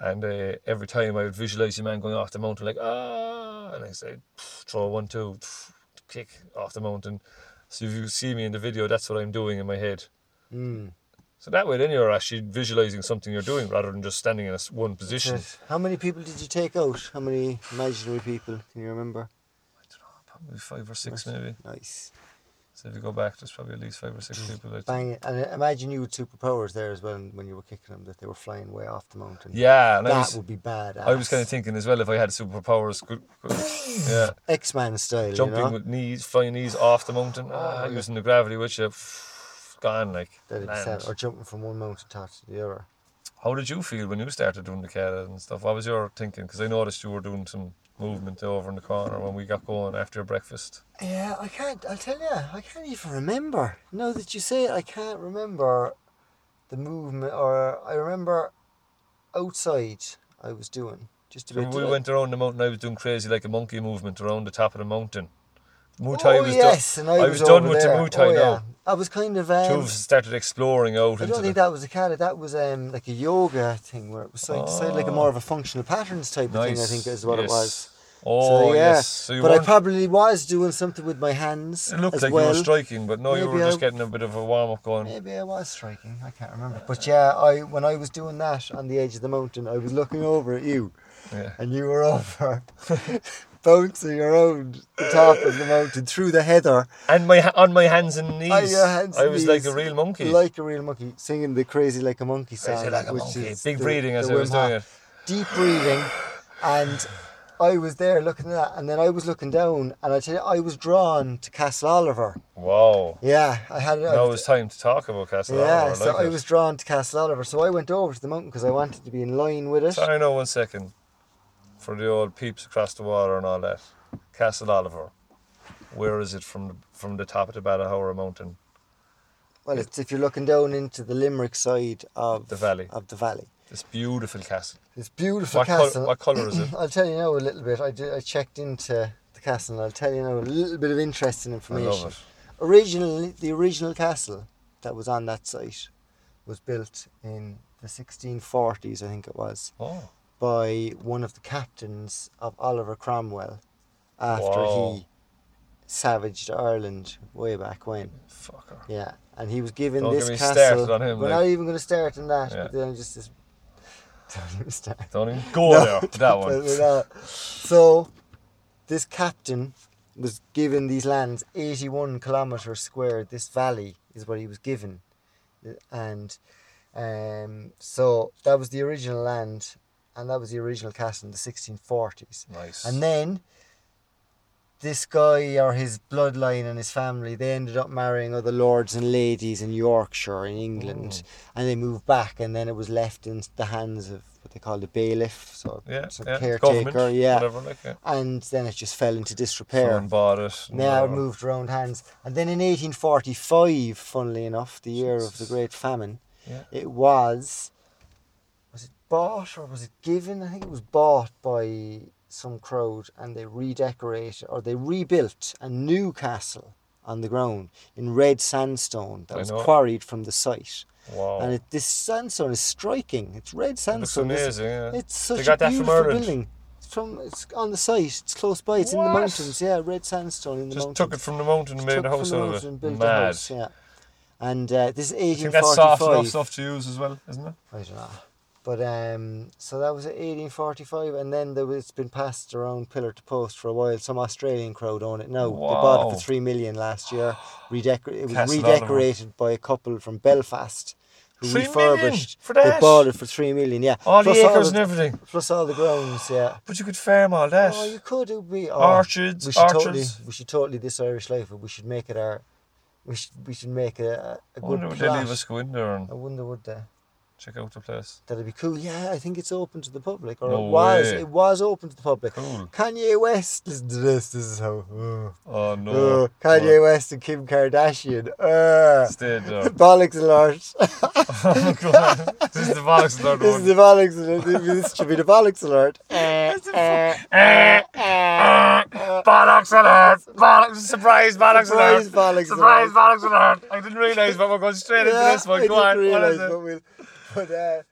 Speaker 1: And uh, every time I would visualize your man going off the mountain, like ah, and I say "Pff, throw one two, pff, kick off the mountain. So if you see me in the video, that's what I'm doing in my head.
Speaker 2: Mm.
Speaker 1: So that way, then you're actually visualizing something you're doing rather than just standing in a s- one position.
Speaker 2: Right. How many people did you take out? How many imaginary people can you remember?
Speaker 1: Probably five or six,
Speaker 2: Right.
Speaker 1: maybe.
Speaker 2: Nice.
Speaker 1: So if you go back, there's probably at least five or six people. That
Speaker 2: Bang. And I imagine you had superpowers there as well when you were kicking them, that they were flying way off the mountain.
Speaker 1: yeah, and I
Speaker 2: That
Speaker 1: was,
Speaker 2: would be bad.
Speaker 1: I was kind of thinking as well if I had superpowers, could, could yeah.
Speaker 2: X Man style.
Speaker 1: jumping
Speaker 2: you know?
Speaker 1: with knees, flying knees off the mountain, ah,
Speaker 2: yeah.
Speaker 1: using the gravity, which uh, gone like.
Speaker 2: That'd be sad.
Speaker 1: land.
Speaker 2: Or jumping from one mountain top to the other.
Speaker 1: How did you feel when you started doing the kata and stuff? What was your thinking? Because I noticed you were doing some movement over in the corner when we got going after your breakfast.
Speaker 2: Yeah, I can't. I'll tell you, I can't even remember. Now that you say it, I can't remember the movement. Or I remember outside I was doing just a bit.
Speaker 1: we
Speaker 2: did I-
Speaker 1: went around the mountain. I was doing crazy like a monkey movement around the top of the mountain. Muay Thai
Speaker 2: Oh
Speaker 1: was
Speaker 2: yes,
Speaker 1: done.
Speaker 2: and I,
Speaker 1: was, done
Speaker 2: over
Speaker 1: with
Speaker 2: there.
Speaker 1: the Muay Thai
Speaker 2: oh, yeah.
Speaker 1: now.
Speaker 2: I was kind of.
Speaker 1: Two
Speaker 2: Um,
Speaker 1: of us started exploring out
Speaker 2: I
Speaker 1: into
Speaker 2: don't think
Speaker 1: the.
Speaker 2: that was a kata. That was um, like a yoga thing where it was side to side, like a more of a functional patterns type of thing. I
Speaker 1: Ah. Nice.
Speaker 2: think is what
Speaker 1: yes.
Speaker 2: it was.
Speaker 1: Oh
Speaker 2: yeah,
Speaker 1: yes. So you
Speaker 2: but I
Speaker 1: weren't-
Speaker 2: probably was doing something with my hands.
Speaker 1: It looked
Speaker 2: as
Speaker 1: like
Speaker 2: well.
Speaker 1: you were striking, but no, you were
Speaker 2: Maybe I-
Speaker 1: just getting a bit of a warm up going.
Speaker 2: Maybe I was striking. I can't remember. But yeah, I when I was doing that on the edge of the mountain, I was looking over at you,
Speaker 1: Yeah.
Speaker 2: and you were over bouncing around the top of the mountain through the heather,
Speaker 1: And my ha- on my hands and knees,
Speaker 2: on your hands
Speaker 1: I
Speaker 2: and
Speaker 1: was like
Speaker 2: knees,
Speaker 1: a real monkey.
Speaker 2: like a real monkey, singing the crazy like a monkey song,
Speaker 1: Crazy like a
Speaker 2: which
Speaker 1: monkey.
Speaker 2: is
Speaker 1: Big
Speaker 2: the-
Speaker 1: breathing as
Speaker 2: the
Speaker 1: I was
Speaker 2: Wim
Speaker 1: doing
Speaker 2: Hof.
Speaker 1: it.
Speaker 2: deep breathing, and. I was there looking at that, and then I was looking down, and I tell you, I was drawn to Castle Oliver.
Speaker 1: Wow.
Speaker 2: Yeah, I had it. I
Speaker 1: Now
Speaker 2: was-
Speaker 1: it's time to talk about Castle
Speaker 2: Yeah,
Speaker 1: Oliver. I
Speaker 2: so
Speaker 1: like
Speaker 2: I
Speaker 1: it.
Speaker 2: was drawn to Castle Oliver, so I went over to the mountain because I wanted to be in line with it.
Speaker 1: Sorry, no, one second. For the old peeps across the water and all that. Castle Oliver. Where is it from the, from the top of the Badajoara Mountain?
Speaker 2: Well, it's if you're looking down into the Limerick side of
Speaker 1: The valley.
Speaker 2: Of the valley,
Speaker 1: This beautiful castle.
Speaker 2: it's beautiful
Speaker 1: What,
Speaker 2: castle.
Speaker 1: col- what colour is it?
Speaker 2: I'll tell you now a little bit. I did, I checked into the castle, and I'll tell you now a little bit of interesting
Speaker 1: I
Speaker 2: information.
Speaker 1: love it.
Speaker 2: Originally, the original castle that was on that site was built in the 1640s, I think it was,
Speaker 1: Oh,
Speaker 2: by one of the captains of Oliver Cromwell, after
Speaker 1: Wow.
Speaker 2: he savaged Ireland way back when.
Speaker 1: fucker.
Speaker 2: Yeah, and he was given
Speaker 1: Don't
Speaker 2: this
Speaker 1: get me
Speaker 2: castle.
Speaker 1: started on him,
Speaker 2: We're
Speaker 1: like-
Speaker 2: not even going to start on that.
Speaker 1: Yeah.
Speaker 2: But then just this. Don't even start.
Speaker 1: Don't even go there. That one.
Speaker 2: We're not. So, this captain was given these lands, eighty-one kilometers square. This valley is what he was given, and um, so that was the original land, and that was the original castle in the sixteen forties.
Speaker 1: Nice.
Speaker 2: And then this guy or his bloodline and his family, they ended up marrying other lords and ladies in Yorkshire in England,
Speaker 1: Oh.
Speaker 2: and they moved back, and then it was left in the hands of what they call the bailiff, so,
Speaker 1: yeah,
Speaker 2: so
Speaker 1: yeah.
Speaker 2: caretaker,
Speaker 1: Government,
Speaker 2: yeah.
Speaker 1: Whatever, like, yeah.
Speaker 2: And then it just fell into disrepair.
Speaker 1: Someone bought it. and
Speaker 2: Now it
Speaker 1: whatever.
Speaker 2: moved around hands, and then in 1845, funnily enough, the year of the Great Famine,
Speaker 1: Yeah.
Speaker 2: it was was it bought or was it given? I think it was bought by some crowd and they redecorated or they rebuilt a new castle on the ground in red sandstone that
Speaker 1: I
Speaker 2: was
Speaker 1: know it.
Speaker 2: quarried from the site.
Speaker 1: Wow.
Speaker 2: And it, this sandstone is striking. It's red
Speaker 1: it looks
Speaker 2: sandstone. isn't it?
Speaker 1: amazing. Yeah.
Speaker 2: It's such
Speaker 1: got
Speaker 2: a
Speaker 1: that from
Speaker 2: beautiful
Speaker 1: Ireland.
Speaker 2: building. It's from it's on the site. It's close by. It's in the
Speaker 1: What?
Speaker 2: mountains. Yeah, red sandstone in the
Speaker 1: Just
Speaker 2: mountains.
Speaker 1: took it from the mountain and
Speaker 2: Took
Speaker 1: made a
Speaker 2: from
Speaker 1: house
Speaker 2: the
Speaker 1: out of
Speaker 2: mountain and
Speaker 1: it.
Speaker 2: built a
Speaker 1: Mad.
Speaker 2: house, yeah. And uh, this is
Speaker 1: I think that's soft enough
Speaker 2: 1845.
Speaker 1: stuff to use as well, isn't it?
Speaker 2: I don't know. ah. But um, so that was 1845, and then there was, it's been passed around pillar to post for a while. Some Australian crowd own it now. They bought it
Speaker 1: Wow.
Speaker 2: for three million last year. Redecor- it was
Speaker 1: Castle Oliver.
Speaker 2: redecorated by a couple from Belfast who
Speaker 1: Three million
Speaker 2: refurbished.
Speaker 1: for
Speaker 2: They
Speaker 1: that?
Speaker 2: bought it for three million, yeah.
Speaker 1: All the
Speaker 2: Plus
Speaker 1: acres
Speaker 2: the-
Speaker 1: and everything.
Speaker 2: plus all the grounds, yeah.
Speaker 1: But you could farm all that.
Speaker 2: Oh, you could. It would be oh,
Speaker 1: Orchards,
Speaker 2: We should totally,
Speaker 1: orchards.
Speaker 2: we should totally this Irish life. but We should make it our. We should, we should make a a a
Speaker 1: I
Speaker 2: good
Speaker 1: wonder would they
Speaker 2: plot.
Speaker 1: leave us go in there and
Speaker 2: I wonder would they.
Speaker 1: check out the place.
Speaker 2: That'd be cool. Yeah, I think it's open to the public, or
Speaker 1: No
Speaker 2: it was.
Speaker 1: way.
Speaker 2: It was open to the public.
Speaker 1: Cool.
Speaker 2: Kanye West. Listen to this. This is how. uh,
Speaker 1: Oh no.
Speaker 2: uh, Kanye West and Kim Kardashian.
Speaker 1: Well,
Speaker 2: Uh,
Speaker 1: Stay there.
Speaker 2: bollocks alert!
Speaker 1: Oh, God. this is the bollocks alert
Speaker 2: this is
Speaker 1: one.
Speaker 2: the bollocks alert. This should be the bollocks alert. Uh, uh,
Speaker 1: Eh, eh, bollocks alert! Bollocks, surprise bollocks
Speaker 2: Surprise
Speaker 1: alert!
Speaker 2: bollocks
Speaker 1: surprise
Speaker 2: alert.
Speaker 1: bollocks alert! I didn't realise, but we're going straight into this
Speaker 2: I
Speaker 1: one. Go
Speaker 2: didn't
Speaker 1: on, what
Speaker 2: realise,
Speaker 1: is it?
Speaker 2: But, we'll, but uh,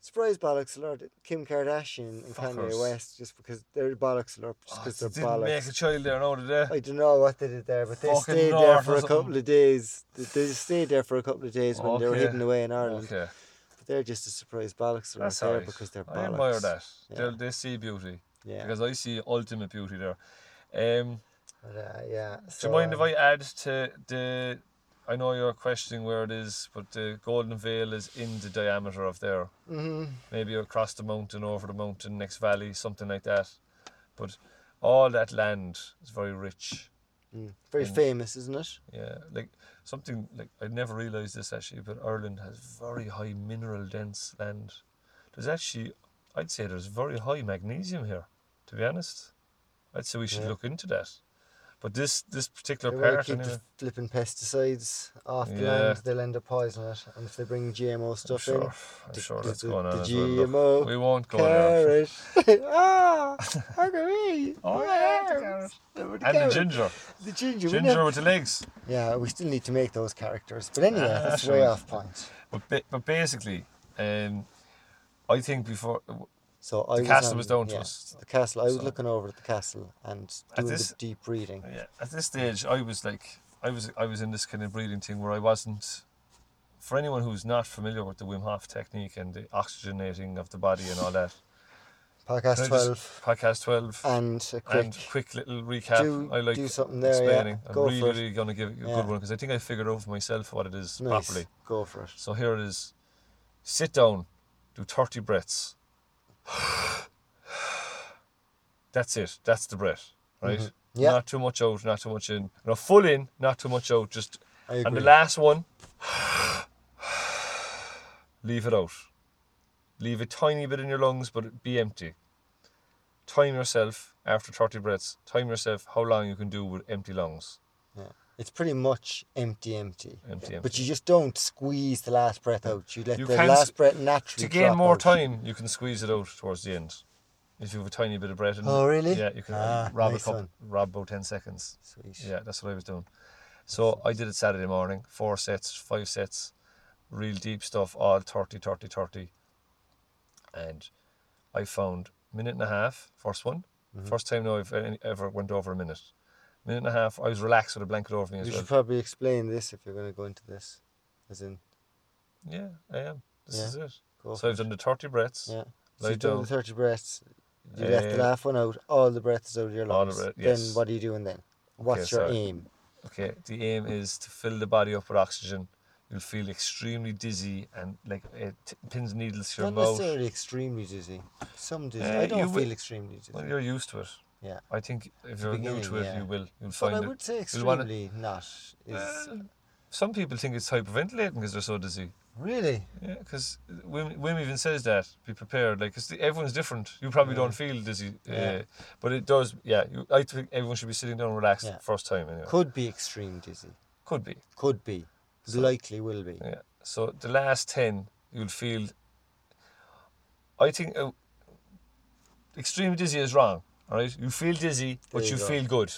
Speaker 2: surprise bollocks alert! Kim Kardashian and
Speaker 1: Fuckers.
Speaker 2: Kanye West, just because they're bollocks alert, just
Speaker 1: Oh,
Speaker 2: because
Speaker 1: they
Speaker 2: they're
Speaker 1: didn't
Speaker 2: bollocks.
Speaker 1: make a child there now, did they?
Speaker 2: I don't know what they did there, but they
Speaker 1: Fucking
Speaker 2: stayed there
Speaker 1: North
Speaker 2: for
Speaker 1: or
Speaker 2: a couple
Speaker 1: something.
Speaker 2: of days. They, they stayed there for a couple of days when they were
Speaker 1: Okay.
Speaker 2: hidden away in Ireland.
Speaker 1: Okay,
Speaker 2: But they're just a surprise bollocks right
Speaker 1: that's
Speaker 2: there
Speaker 1: alright.
Speaker 2: because they're bollocks.
Speaker 1: I admire that.
Speaker 2: Yeah.
Speaker 1: They'll They see beauty
Speaker 2: Yeah,
Speaker 1: because I see ultimate beauty there. Um,
Speaker 2: but, uh, yeah.
Speaker 1: Do
Speaker 2: so,
Speaker 1: you mind if
Speaker 2: um,
Speaker 1: I add to the? I know you're questioning where it is, but the Golden Veil is in the diameter of there.
Speaker 2: mhm.
Speaker 1: Maybe across the mountain, over the mountain, next valley, something like that. But all that land is very rich.
Speaker 2: Mm. Very
Speaker 1: And-
Speaker 2: famous, isn't it?
Speaker 1: Yeah, like something like I never realized this actually, but Ireland has very high mineral dense land. There's actually, I'd say there's very high magnesium here. To be honest, I'd say we should
Speaker 2: Yeah.
Speaker 1: look into that. But this this
Speaker 2: they
Speaker 1: particular
Speaker 2: want to
Speaker 1: part,
Speaker 2: keep
Speaker 1: anyway,
Speaker 2: the flipping pesticides off the
Speaker 1: Yeah.
Speaker 2: land. They'll end up poisoning it, and if they bring GMO
Speaker 1: I'm
Speaker 2: stuff
Speaker 1: sure,
Speaker 2: in,
Speaker 1: I'm
Speaker 2: the-
Speaker 1: sure
Speaker 2: the-
Speaker 1: that's
Speaker 2: the-
Speaker 1: going on.
Speaker 2: the
Speaker 1: as well. Look,
Speaker 2: GMO
Speaker 1: we won't go there.
Speaker 2: carrot. ah, how can we?
Speaker 1: Oh, yeah, the And the ginger,
Speaker 2: The ginger. we never-
Speaker 1: ginger with the legs.
Speaker 2: Yeah, we still need to make those characters. But anyway,
Speaker 1: Ah,
Speaker 2: that's
Speaker 1: sure.
Speaker 2: way off point.
Speaker 1: But ba- but basically, um, I think before
Speaker 2: So I
Speaker 1: The
Speaker 2: was
Speaker 1: castle
Speaker 2: on-
Speaker 1: was down to
Speaker 2: yeah,
Speaker 1: us.
Speaker 2: The castle. I was
Speaker 1: So-
Speaker 2: looking over at the castle and
Speaker 1: At
Speaker 2: doing
Speaker 1: this-
Speaker 2: the deep reading.
Speaker 1: yeah, at this stage, I was like, I was I was in this kind of breathing thing where I wasn't. For anyone who's not familiar with the Wim Hof technique and the oxygenating of the body and all that,
Speaker 2: Podcast
Speaker 1: Can I just-
Speaker 2: twelve
Speaker 1: podcast twelve
Speaker 2: and a quick.
Speaker 1: and quick little recap.
Speaker 2: do-
Speaker 1: I like
Speaker 2: do something there, yeah.
Speaker 1: explaining. I'm
Speaker 2: Go for
Speaker 1: really,
Speaker 2: it.
Speaker 1: really going to give it a
Speaker 2: Yeah.
Speaker 1: good one because I think I figured out for myself what it is
Speaker 2: nice.
Speaker 1: properly.
Speaker 2: Go for it.
Speaker 1: So here it is. Sit down, do 30 breaths. That's it. That's the breath, right?
Speaker 2: Mhm. Yeah.
Speaker 1: Not too much out, not too much in. No, full in, not too much out. Just
Speaker 2: I agree.
Speaker 1: and the last one, leave it out. Leave a tiny bit in your lungs, but be empty. Time yourself after 30 breaths. Time yourself how long you can do with empty lungs.
Speaker 2: it's pretty much empty, empty.
Speaker 1: Empty, empty.
Speaker 2: But you just don't squeeze the last breath out. You let
Speaker 1: You
Speaker 2: the
Speaker 1: can
Speaker 2: last
Speaker 1: s-
Speaker 2: breath naturally.
Speaker 1: to gain
Speaker 2: drop
Speaker 1: more
Speaker 2: out.
Speaker 1: time, you can squeeze it out towards the end. If you have a tiny bit of bread in
Speaker 2: Oh, really?
Speaker 1: Yeah, you can
Speaker 2: Ah,
Speaker 1: rob
Speaker 2: nice
Speaker 1: a couple,
Speaker 2: one.
Speaker 1: rob about 10 seconds.
Speaker 2: Sweet.
Speaker 1: Yeah, that's what I was doing. So I did it Saturday morning, four sets, five sets, real deep stuff, all 30, 30, 30. And I found minute and a half, first one, first
Speaker 2: Mm-hmm.
Speaker 1: time now I've any- ever went over a minute. Minute and a half, I was relaxed with a blanket over me as
Speaker 2: You
Speaker 1: well.
Speaker 2: should probably explain this if you're going to go into this, as in
Speaker 1: Yeah, I am. This
Speaker 2: Yeah,
Speaker 1: is it.
Speaker 2: go.
Speaker 1: So I've done the 30 breaths.
Speaker 2: yeah. So
Speaker 1: lie
Speaker 2: you've done
Speaker 1: down.
Speaker 2: the thirty breaths. You let the
Speaker 1: Eh,
Speaker 2: last one out. All the breath is out of your
Speaker 1: all the
Speaker 2: lungs.
Speaker 1: breath, yes.
Speaker 2: Then what are you doing then? What's your
Speaker 1: sorry.
Speaker 2: aim?
Speaker 1: Okay, the aim is to fill the body up with oxygen. You'll feel extremely dizzy and like it t- pins needles to your
Speaker 2: Not
Speaker 1: mouth.
Speaker 2: necessarily extremely dizzy. Some dizzy.
Speaker 1: Eh,
Speaker 2: I
Speaker 1: you
Speaker 2: don't feel
Speaker 1: will-
Speaker 2: extremely dizzy.
Speaker 1: Well, you're used to it.
Speaker 2: Yeah.
Speaker 1: I think if you're new to it,
Speaker 2: beginning, yeah.
Speaker 1: you will. You'll
Speaker 2: But
Speaker 1: find
Speaker 2: I
Speaker 1: it.
Speaker 2: would say
Speaker 1: you'll wanna- Uh,
Speaker 2: extremely not is
Speaker 1: Well, some people think it's hyperventilating because they're so dizzy.
Speaker 2: really.
Speaker 1: Yeah, because Wim, Wim even says that. Be prepared, like 'cause the- everyone's different. You probably
Speaker 2: Yeah.
Speaker 1: don't feel dizzy,
Speaker 2: Yeah.
Speaker 1: uh, but it does. Yeah, you, I think everyone should be sitting down, relaxed
Speaker 2: Yeah.
Speaker 1: first time. Anyway. Could,
Speaker 2: Could be extreme dizzy.
Speaker 1: be.
Speaker 2: Could be.
Speaker 1: So-
Speaker 2: Likely will be.
Speaker 1: Yeah. So the last ten, you'll feel. I think uh, extreme dizzy is wrong. All right, you feel dizzy, but
Speaker 2: There
Speaker 1: you
Speaker 2: you go.
Speaker 1: feel good.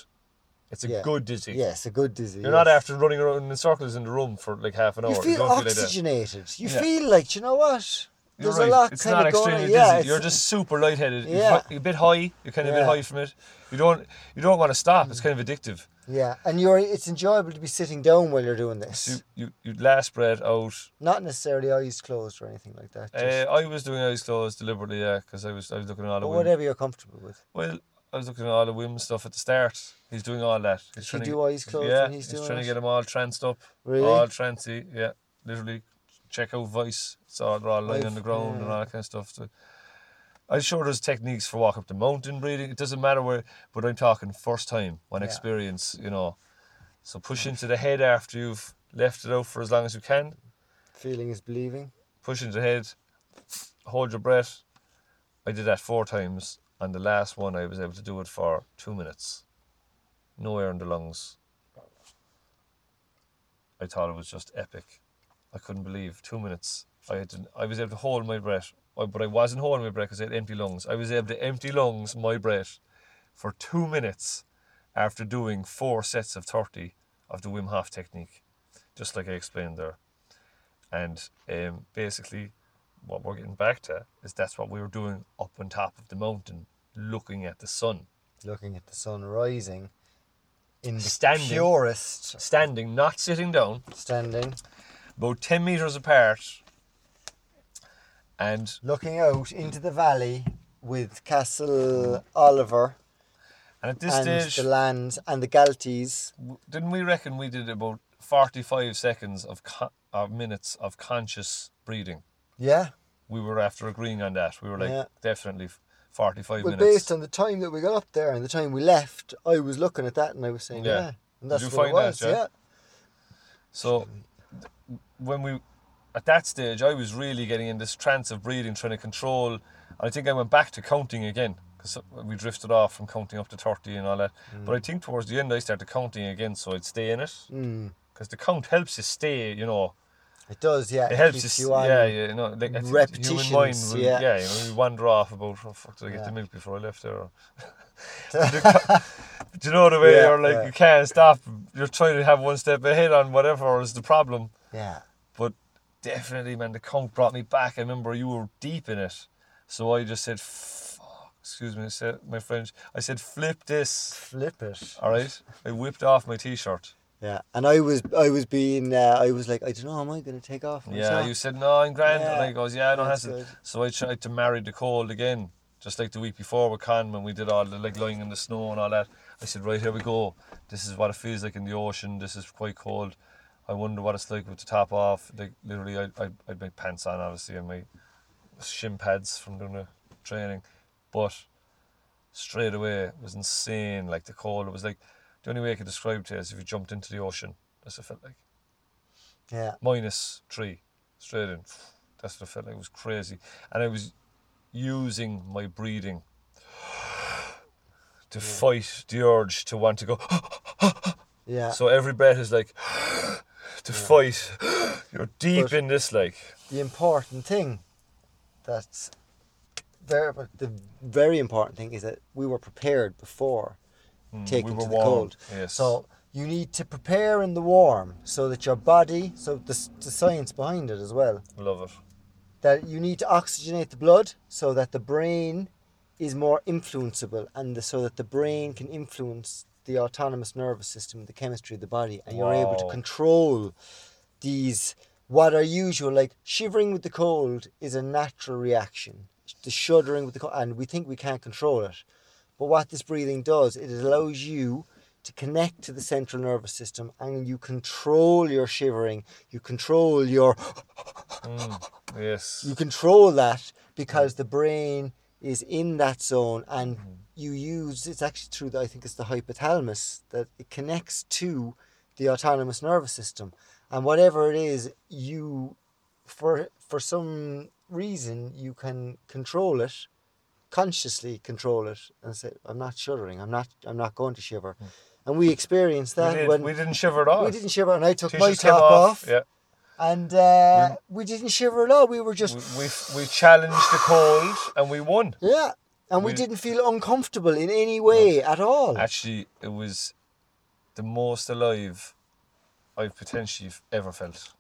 Speaker 1: It's a
Speaker 2: Yeah.
Speaker 1: good dizzy.
Speaker 2: Yes, a good dizzy.
Speaker 1: You're not
Speaker 2: yes.
Speaker 1: after running around in circles in the room for like half an hour.
Speaker 2: You feel
Speaker 1: don't feel like that.
Speaker 2: oxygenated. you
Speaker 1: Yeah.
Speaker 2: feel like, you know what?
Speaker 1: You're
Speaker 2: There's
Speaker 1: right.
Speaker 2: a lot
Speaker 1: it's
Speaker 2: kind
Speaker 1: not
Speaker 2: of going
Speaker 1: extremely
Speaker 2: on.
Speaker 1: dizzy.
Speaker 2: Yeah,
Speaker 1: you're
Speaker 2: it's-
Speaker 1: just super lightheaded. You're
Speaker 2: Yeah.
Speaker 1: fi- You're a bit high. You're kind of a
Speaker 2: Yeah. Mm.
Speaker 1: bit high from it. You don't you don't want to stop. It's kind of addictive.
Speaker 2: yeah, and you're it's enjoyable to be sitting down while you're doing this.
Speaker 1: So you, you you last breath out.
Speaker 2: Not necessarily eyes closed or anything like that. Just,
Speaker 1: Uh, I was doing eyes closed deliberately, yeah, because I was I was looking at all the
Speaker 2: but
Speaker 1: women.
Speaker 2: whatever you're comfortable with.
Speaker 1: Well, I was looking at all the women stuff at the start. He's doing all that. He's
Speaker 2: Does he
Speaker 1: trying
Speaker 2: do eyes closed
Speaker 1: Yeah,
Speaker 2: when he's doing
Speaker 1: trying
Speaker 2: it?
Speaker 1: to get them all tranced up,
Speaker 2: Really?
Speaker 1: all trancy. Yeah, literally, check out vice. It's all they're all lying on
Speaker 2: I've-
Speaker 1: the ground and
Speaker 2: yeah.
Speaker 1: all that kind of stuff. So, I'm sure there's techniques for walk up the mountain breathing. It doesn't matter where, but I'm talking first time on
Speaker 2: Yeah.
Speaker 1: experience. You know, so push into the head after you've left it out for as long as you can.
Speaker 2: Feeling is believing.
Speaker 1: Push into the head, hold your breath. I did that four times, and the last one I was able to do it for two minutes. No air in the lungs. I thought it was just epic. I couldn't believe two minutes. I had to, I was able to hold my breath, I- but I wasn't holding my breath because I had empty lungs. I was able to empty lungs my breath for two minutes after doing four sets of thirty of the Wim Hof technique, just like I explained there. And um, basically, what we're getting back to is that's what we were doing up on top of the mountain, looking at the sun,
Speaker 2: Looking at the sun rising in the
Speaker 1: Standing.
Speaker 2: purest
Speaker 1: standing, not sitting down,
Speaker 2: standing,
Speaker 1: about 10 meters apart. And
Speaker 2: looking out into the valley with Castle Oliver
Speaker 1: and at this
Speaker 2: and
Speaker 1: stage,
Speaker 2: the lands and the Galties.
Speaker 1: w- didn't we reckon we did about 45 seconds of, con- of minutes of conscious breathing?
Speaker 2: Yeah.
Speaker 1: We were after agreeing on that. We were like,
Speaker 2: Yeah.
Speaker 1: definitely f- 45
Speaker 2: Well,
Speaker 1: minutes.
Speaker 2: based on the time that we got up there and the time we left, I was looking at that and I was saying,
Speaker 1: Yeah.
Speaker 2: yeah,
Speaker 1: Did
Speaker 2: and that's
Speaker 1: you
Speaker 2: what it
Speaker 1: find that,
Speaker 2: was.
Speaker 1: yeah?
Speaker 2: yeah,
Speaker 1: So th- when we at that stage, I was really getting in this trance of breathing, trying to control. I think I went back to counting again because we drifted off from counting up to thirty and all that.
Speaker 2: Mm.
Speaker 1: But I think towards the end, I started counting again, so I'd stay in it
Speaker 2: Mm.
Speaker 1: because the count helps you stay. You know,
Speaker 2: it does. Yeah,
Speaker 1: it, helps
Speaker 2: keeps
Speaker 1: you.
Speaker 2: you on.
Speaker 1: yeah, yeah, you know, like I think the human mind.
Speaker 2: Repetitions,
Speaker 1: Will,
Speaker 2: yeah.
Speaker 1: you know, you wander off about oh, fuck, did I get
Speaker 2: Yeah.
Speaker 1: the milk before I left there? Or- Do you know the way?
Speaker 2: Yeah,
Speaker 1: you're like
Speaker 2: yeah.
Speaker 1: you can't stop. You're trying to have one step ahead on whatever is the problem.
Speaker 2: yeah.
Speaker 1: But definitely, man, the count brought me back. I remember you were deep in it. So I just said, fuck, excuse me, I said, my French. I said, flip this.
Speaker 2: Flip it.
Speaker 1: All right. I whipped off my t shirt.
Speaker 2: Yeah, and I was, I was being, uh, I was like, I don't know, am I going to take off?
Speaker 1: Yeah. You said, no, I'm grand. And I
Speaker 2: Yeah,
Speaker 1: goes, yeah, I don't have
Speaker 2: that's
Speaker 1: to.
Speaker 2: good.
Speaker 1: So I tried to marry the cold again, just like the week before with Con when we did all the like lying in the snow and all that. I said, right, here we go. This is what it feels like in the ocean. This is quite cold. I wonder what it's like with the top off. Like literally, I, I, I'd make pants on, obviously, and my shin pads from doing the training, but straight away it was insane. Like the cold, it was like the only way I could describe it is if you jumped into the ocean. That's what it felt like.
Speaker 2: yeah,
Speaker 1: Minus three, straight in. That's what it felt like. It was crazy, and I was using my breathing to fight the urge to want to go.
Speaker 2: yeah.
Speaker 1: So every breath is like to fight. You're deep
Speaker 2: But-
Speaker 1: in this, like
Speaker 2: the important thing that's very, but the very important thing is that we were prepared before taking
Speaker 1: Mm, were
Speaker 2: to the
Speaker 1: warm,
Speaker 2: cold.
Speaker 1: yes.
Speaker 2: So you need to prepare in the warm so that your body, so the, s- the science behind it as well,
Speaker 1: love it.
Speaker 2: that you need to oxygenate the blood so that the brain is more influenceable and the, so that the brain can influence the autonomous nervous system, the chemistry of the body, and you're able to
Speaker 1: Wow.
Speaker 2: control these what are usual like shivering with the cold is a natural reaction. The shuddering with the cold, and we think we can't control it, but what this breathing does, it allows you to connect to the central nervous system, and you control your shivering. You control your
Speaker 1: Yes.
Speaker 2: you control that
Speaker 1: Mm.
Speaker 2: because the brain is in that zone and
Speaker 1: Mm-hmm.
Speaker 2: you use it's actually through the, I think it's the hypothalamus that it connects to the autonomous nervous system and whatever it is you for for some reason you can control it consciously control it and say I'm not shuddering I'm not I'm not going to shiver and we experienced
Speaker 1: Mm. We,
Speaker 2: that
Speaker 1: did,
Speaker 2: when
Speaker 1: we didn't shiver at all.
Speaker 2: we didn't shiver and I took my
Speaker 1: T-shirts came
Speaker 2: top off,
Speaker 1: Yeah. Mm.
Speaker 2: and uh, we didn't shiver at all. We were just
Speaker 1: We, we, we challenged the cold and we won.
Speaker 2: yeah, and we,
Speaker 1: we-
Speaker 2: didn't feel uncomfortable in any way at all.
Speaker 1: Actually, it was the most alive I've potentially ever felt.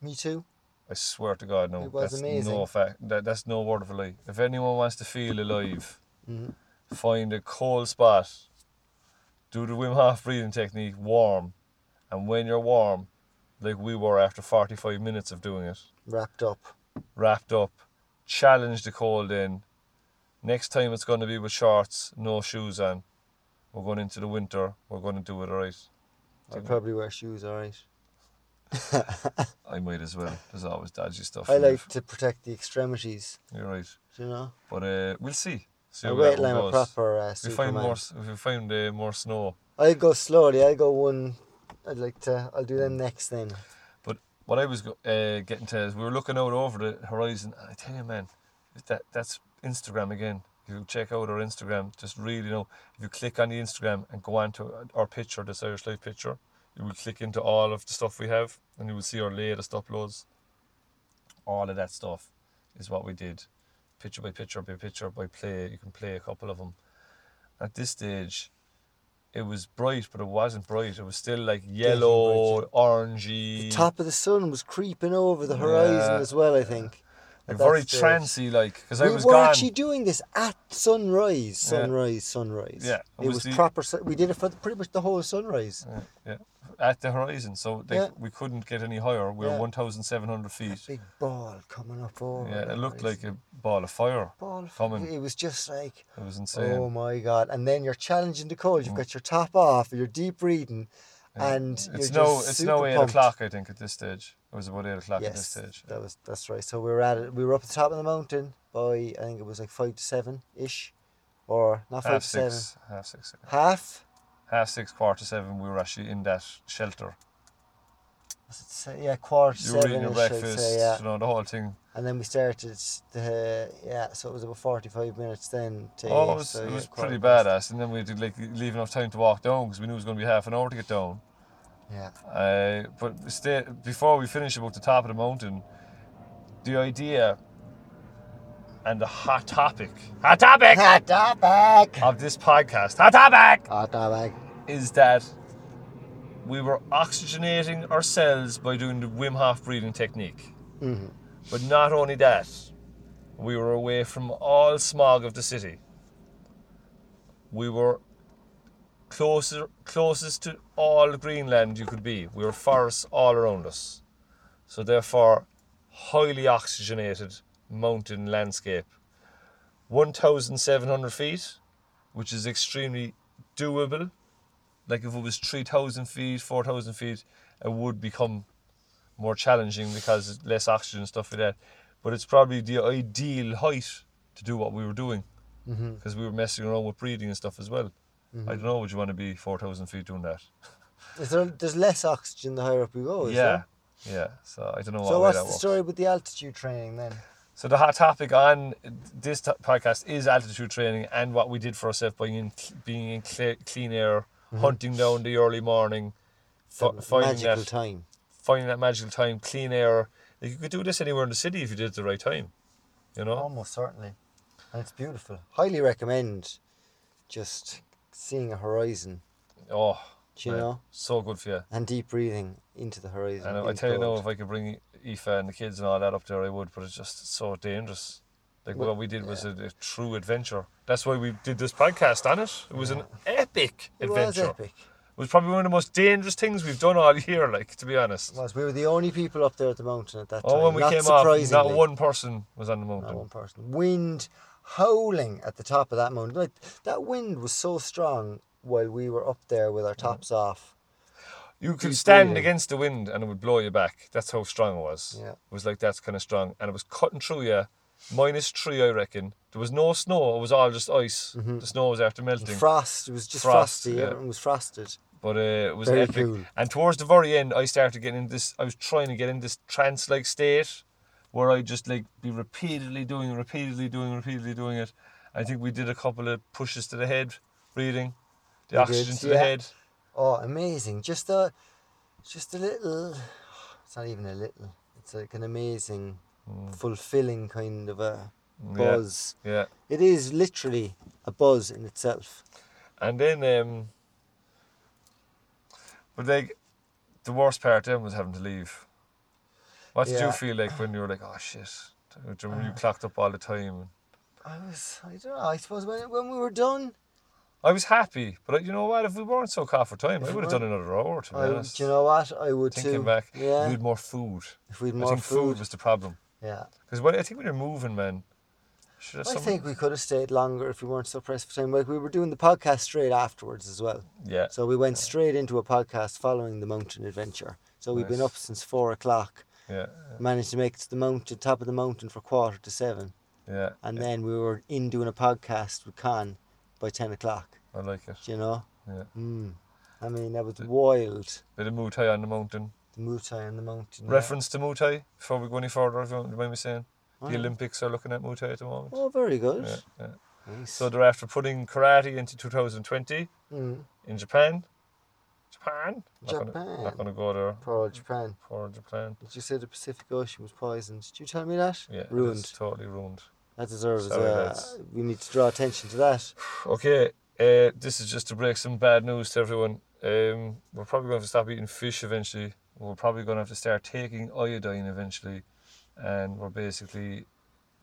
Speaker 2: Me too.
Speaker 1: I swear to God, no.
Speaker 2: It was
Speaker 1: that's
Speaker 2: amazing.
Speaker 1: No fact. That, that's no word of a lie. If anyone wants to feel alive,
Speaker 2: Mhm.
Speaker 1: find a cold spot, do the Wim Hof breathing technique warm, and when you're warm, like we were after 45 minutes of doing it,
Speaker 2: Wrapped up.
Speaker 1: wrapped up, challenge the cold in. Next time it's going to be with shorts, no shoes on. We're going into the winter. We're going to do it all right.
Speaker 2: I probably wear shoes. All right.
Speaker 1: I might as well. There's always dodgy stuff.
Speaker 2: I
Speaker 1: in life.
Speaker 2: like to protect the extremities.
Speaker 1: You're right.
Speaker 2: You know,
Speaker 1: But uh, we'll see. See
Speaker 2: I
Speaker 1: how that
Speaker 2: wait
Speaker 1: one
Speaker 2: like a
Speaker 1: goes.
Speaker 2: proper uh,
Speaker 1: If we find
Speaker 2: Superman.
Speaker 1: more, s- if we find uh, more snow,
Speaker 2: I go slowly. I go one. I'd like to. I'll do
Speaker 1: Mm.
Speaker 2: them next then.
Speaker 1: but what I was go- uh, getting to is we were looking out over the horizon. and I tell you, man, if that that's Instagram again. If you check out our Instagram, just really know if you click on the Instagram and go on to our picture, this Irish Life picture, you will click into all of the stuff we have, and you will see our latest uploads. All of that stuff is what we did, picture by picture by picture by play. You can play a couple of them. At this stage, it was bright, but it wasn't bright. It was still like yellow, orangey.
Speaker 2: The top of the sun was creeping over the horizon
Speaker 1: Yeah.
Speaker 2: as well. I think.
Speaker 1: Like,
Speaker 2: at that
Speaker 1: very
Speaker 2: stage.
Speaker 1: trancy, like because I
Speaker 2: we
Speaker 1: was
Speaker 2: were
Speaker 1: gone.
Speaker 2: actually doing this at sunrise,
Speaker 1: Yeah.
Speaker 2: sunrise, sunrise.
Speaker 1: Yeah,
Speaker 2: it was
Speaker 1: obviously-
Speaker 2: proper. Sun- we did it for the, pretty much the whole sunrise.
Speaker 1: Yeah, yeah, at the horizon, so they,
Speaker 2: Yeah.
Speaker 1: we couldn't get any higher. We were
Speaker 2: Yeah.
Speaker 1: one thousand seven hundred feet.
Speaker 2: Big ball coming up over.
Speaker 1: Yeah,
Speaker 2: the
Speaker 1: it looked like
Speaker 2: horizon.
Speaker 1: a ball of fire.
Speaker 2: ball
Speaker 1: coming.
Speaker 2: It was just like,
Speaker 1: It was insane.
Speaker 2: oh my god! And then you're challenging the cold. You've got your top off. You're deep breathing, and
Speaker 1: Mm.
Speaker 2: you're
Speaker 1: it's
Speaker 2: just
Speaker 1: no, it's no
Speaker 2: super
Speaker 1: eight
Speaker 2: pumped.
Speaker 1: o'clock. I think at this stage, it was about eight o'clock at this
Speaker 2: Yes,
Speaker 1: stage.
Speaker 2: that was that's right. So we were at it. We were up at the top of the mountain by I think it was like five to seven ish, or not five
Speaker 1: Half
Speaker 2: to seven,
Speaker 1: six, half six,
Speaker 2: half.
Speaker 1: half six, quarter to seven. We were actually in that shelter.
Speaker 2: Was it se- yeah, quarter to
Speaker 1: You were eating
Speaker 2: seven
Speaker 1: your
Speaker 2: ish. I'd
Speaker 1: breakfast,
Speaker 2: say yeah.
Speaker 1: you know the whole thing.
Speaker 2: And then we started the yeah, so it was about forty five minutes then. To
Speaker 1: Oh,
Speaker 2: eight,
Speaker 1: it was,
Speaker 2: so
Speaker 1: it
Speaker 2: yeah,
Speaker 1: was
Speaker 2: quarter
Speaker 1: pretty
Speaker 2: past-
Speaker 1: badass. And then we had to like leave enough time to walk down because we knew it was going to be half an hour to get down.
Speaker 2: Yeah,
Speaker 1: Uh, but stay, before we finish about the top of the mountain, the idea and the hot topic, hot topic
Speaker 2: hot topic.
Speaker 1: of this podcast, hot topic
Speaker 2: Hot topic.
Speaker 1: is that we were oxygenating ourselves by doing the Wim Hof breathing technique.
Speaker 2: Mm-hmm.
Speaker 1: But not only that, we were away from all smog of the city. We were closer, closest to all Greenland you could be. We were forests all around us. So, therefore, highly oxygenated mountain landscape. 1,700 feet, which is extremely doable. Like if it was 3,000 feet, 4,000 feet, it would become more challenging because less oxygen and stuff like that. But it's probably the ideal height to do what we were doing
Speaker 2: Mm-hmm.
Speaker 1: because we were messing around with breathing and stuff as well. I don't know, would you want to be 4,000 feet doing that?
Speaker 2: Is there, there's less oxygen the higher up you go. Is
Speaker 1: yeah,
Speaker 2: There?
Speaker 1: yeah. So I don't know what
Speaker 2: So
Speaker 1: way
Speaker 2: what's
Speaker 1: that
Speaker 2: the
Speaker 1: works.
Speaker 2: story with the altitude training then?
Speaker 1: So the hot topic on this to- podcast is altitude training and what we did for ourselves by in, being in cl- clean air, hunting down the early morning, fi-
Speaker 2: Mm-hmm. The
Speaker 1: finding
Speaker 2: magical
Speaker 1: that
Speaker 2: time.
Speaker 1: finding that magical time, clean air. Like, you could do this anywhere in the city if you did it at the right time. You know.
Speaker 2: Almost certainly. And it's beautiful. Highly recommend just seeing a horizon,
Speaker 1: Oh,
Speaker 2: do you
Speaker 1: man,
Speaker 2: know,
Speaker 1: so good for you.
Speaker 2: and deep breathing into the horizon.
Speaker 1: And I-
Speaker 2: in
Speaker 1: I
Speaker 2: the
Speaker 1: tell you now,
Speaker 2: cold.
Speaker 1: if I could bring Aoife and the kids and all that up there, I would. But it's just so dangerous. Like
Speaker 2: Well,
Speaker 1: what we did was a, a true adventure. That's why we did this podcast on it. It was an epic
Speaker 2: it was
Speaker 1: adventure.
Speaker 2: epic.
Speaker 1: It was probably one of the most dangerous things we've done all year, like, to be honest.
Speaker 2: It was. We were the only people up there at the mountain at that time.
Speaker 1: Oh, when we
Speaker 2: not
Speaker 1: came off,
Speaker 2: surprisingly,
Speaker 1: not one person was on the
Speaker 2: Not one
Speaker 1: mountain.
Speaker 2: person. Wind howling at the top of that mountain. Like that wind was so strong while we were up there with
Speaker 1: Mm.
Speaker 2: our tops off.
Speaker 1: You could
Speaker 2: Deep
Speaker 1: stand
Speaker 2: breathing.
Speaker 1: against the wind and it would blow you back. That's how strong it was.
Speaker 2: Yeah.
Speaker 1: It was like that's kind of strong. And it was cutting through you, minus three, I reckon. There was no snow, it was all just ice.
Speaker 2: Mm-hmm.
Speaker 1: The snow was after melting.
Speaker 2: Frost. It was just
Speaker 1: Frost,
Speaker 2: frosty.
Speaker 1: yeah.
Speaker 2: Everything was frosted.
Speaker 1: but uh, it was
Speaker 2: Very
Speaker 1: epic.
Speaker 2: cool.
Speaker 1: And towards the very end, I started getting in this. I was trying to get in this trance-like state, where I just like be repeatedly doing, repeatedly doing, repeatedly doing it. I think we did a couple of pushes to the head, breathing, the
Speaker 2: We did,
Speaker 1: oxygen to
Speaker 2: yeah.
Speaker 1: the head.
Speaker 2: Oh, amazing! Just a, just a little. It's not even a little. It's like an amazing,
Speaker 1: Mm.
Speaker 2: fulfilling kind of a
Speaker 1: Yeah,
Speaker 2: buzz.
Speaker 1: yeah.
Speaker 2: It is literally a buzz in itself.
Speaker 1: And then, um, but like, the worst part then was having to leave. What did
Speaker 2: Yeah. Uh.
Speaker 1: you feel like when you were like, oh shit, when you clocked up all the time?
Speaker 2: I was, I don't know, I suppose when, when we were done,
Speaker 1: I was happy, but you know what? If we weren't so caught for time,
Speaker 2: If
Speaker 1: I
Speaker 2: we
Speaker 1: would have done another hour. To be
Speaker 2: I, do
Speaker 1: honest,
Speaker 2: you know what? I would
Speaker 1: thinking
Speaker 2: too.
Speaker 1: back,
Speaker 2: yeah.
Speaker 1: we had more food.
Speaker 2: if we'd
Speaker 1: I
Speaker 2: more
Speaker 1: think food.
Speaker 2: food.
Speaker 1: was the problem
Speaker 2: Yeah.
Speaker 1: because when I think when you're moving, man, should have
Speaker 2: I
Speaker 1: some-
Speaker 2: think we could have stayed longer if we weren't so pressed for time. Like we were doing the podcast straight afterwards as well.
Speaker 1: yeah,
Speaker 2: So we went straight into a podcast following the mountain adventure. So we've been
Speaker 1: Nice.
Speaker 2: up since four o'clock,
Speaker 1: yeah,
Speaker 2: managed to make it to the mountain, top of the mountain for quarter to seven.
Speaker 1: yeah.
Speaker 2: And then we were in doing a podcast with Con by 10 o'clock,
Speaker 1: I like it.
Speaker 2: do you know?
Speaker 1: Yeah,
Speaker 2: Mm. I mean, that was wild.
Speaker 1: bit of Muay Thai on the mountain.
Speaker 2: The Muay Thai on the mountain. yeah.
Speaker 1: Reference to Muay Thai before we go any further. If you don't mind me saying,
Speaker 2: Oh,
Speaker 1: the
Speaker 2: yeah.
Speaker 1: Olympics are looking at Muay Thai at the moment.
Speaker 2: Oh, very good.
Speaker 1: Yeah, yeah.
Speaker 2: Nice.
Speaker 1: So they're after putting karate into 2020
Speaker 2: Mm.
Speaker 1: in Japan. Japan. Not gonna,
Speaker 2: Japan.
Speaker 1: not gonna go there.
Speaker 2: Poor old Japan.
Speaker 1: Poor Japan.
Speaker 2: Did you say the Pacific Ocean was poisoned? Did you tell me that?
Speaker 1: Yeah, it is
Speaker 2: Ruined.
Speaker 1: Totally ruined.
Speaker 2: That deserves.
Speaker 1: Sorry,
Speaker 2: Uh,
Speaker 1: lads.
Speaker 2: we need to draw attention to that.
Speaker 1: Okay, uh, this is just to break some bad news to everyone. Um, we're probably going to stop eating fish eventually. We're probably going to have to start taking iodine eventually, and we're basically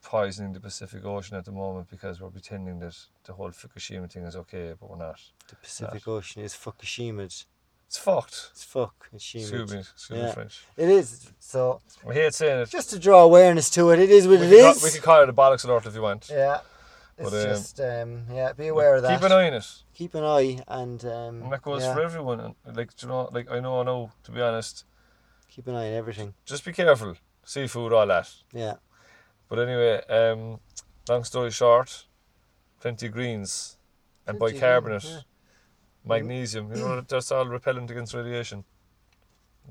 Speaker 1: poisoning the Pacific Ocean at the moment because we're pretending that the whole Fukushima thing is okay, but we're not.
Speaker 2: The Pacific Ocean is Fukushima.
Speaker 1: It's fucked.
Speaker 2: It's fuck
Speaker 1: Excuse me,
Speaker 2: Fukushima.
Speaker 1: excuse me,
Speaker 2: Yeah.
Speaker 1: French.
Speaker 2: It is. So
Speaker 1: We hate saying it.
Speaker 2: just to draw awareness to it, it is what
Speaker 1: we,
Speaker 2: it
Speaker 1: can
Speaker 2: is.
Speaker 1: Call, we can call it a bollocks alert if you want.
Speaker 2: Yeah. It's
Speaker 1: But, um,
Speaker 2: just um, yeah. Be aware of that.
Speaker 1: Keep an eye on it.
Speaker 2: Keep an eye and um,
Speaker 1: And that goes
Speaker 2: yeah,
Speaker 1: for everyone. And, Like, do you know, like I know, I know. To be honest,
Speaker 2: keep an eye on everything.
Speaker 1: just be careful. Seafood, all that.
Speaker 2: Yeah.
Speaker 1: But anyway, um, long story short, plenty of greens and
Speaker 2: Plenty of
Speaker 1: bicarbonate,
Speaker 2: greens, yeah.
Speaker 1: magnesium. You know that's all repellent against radiation.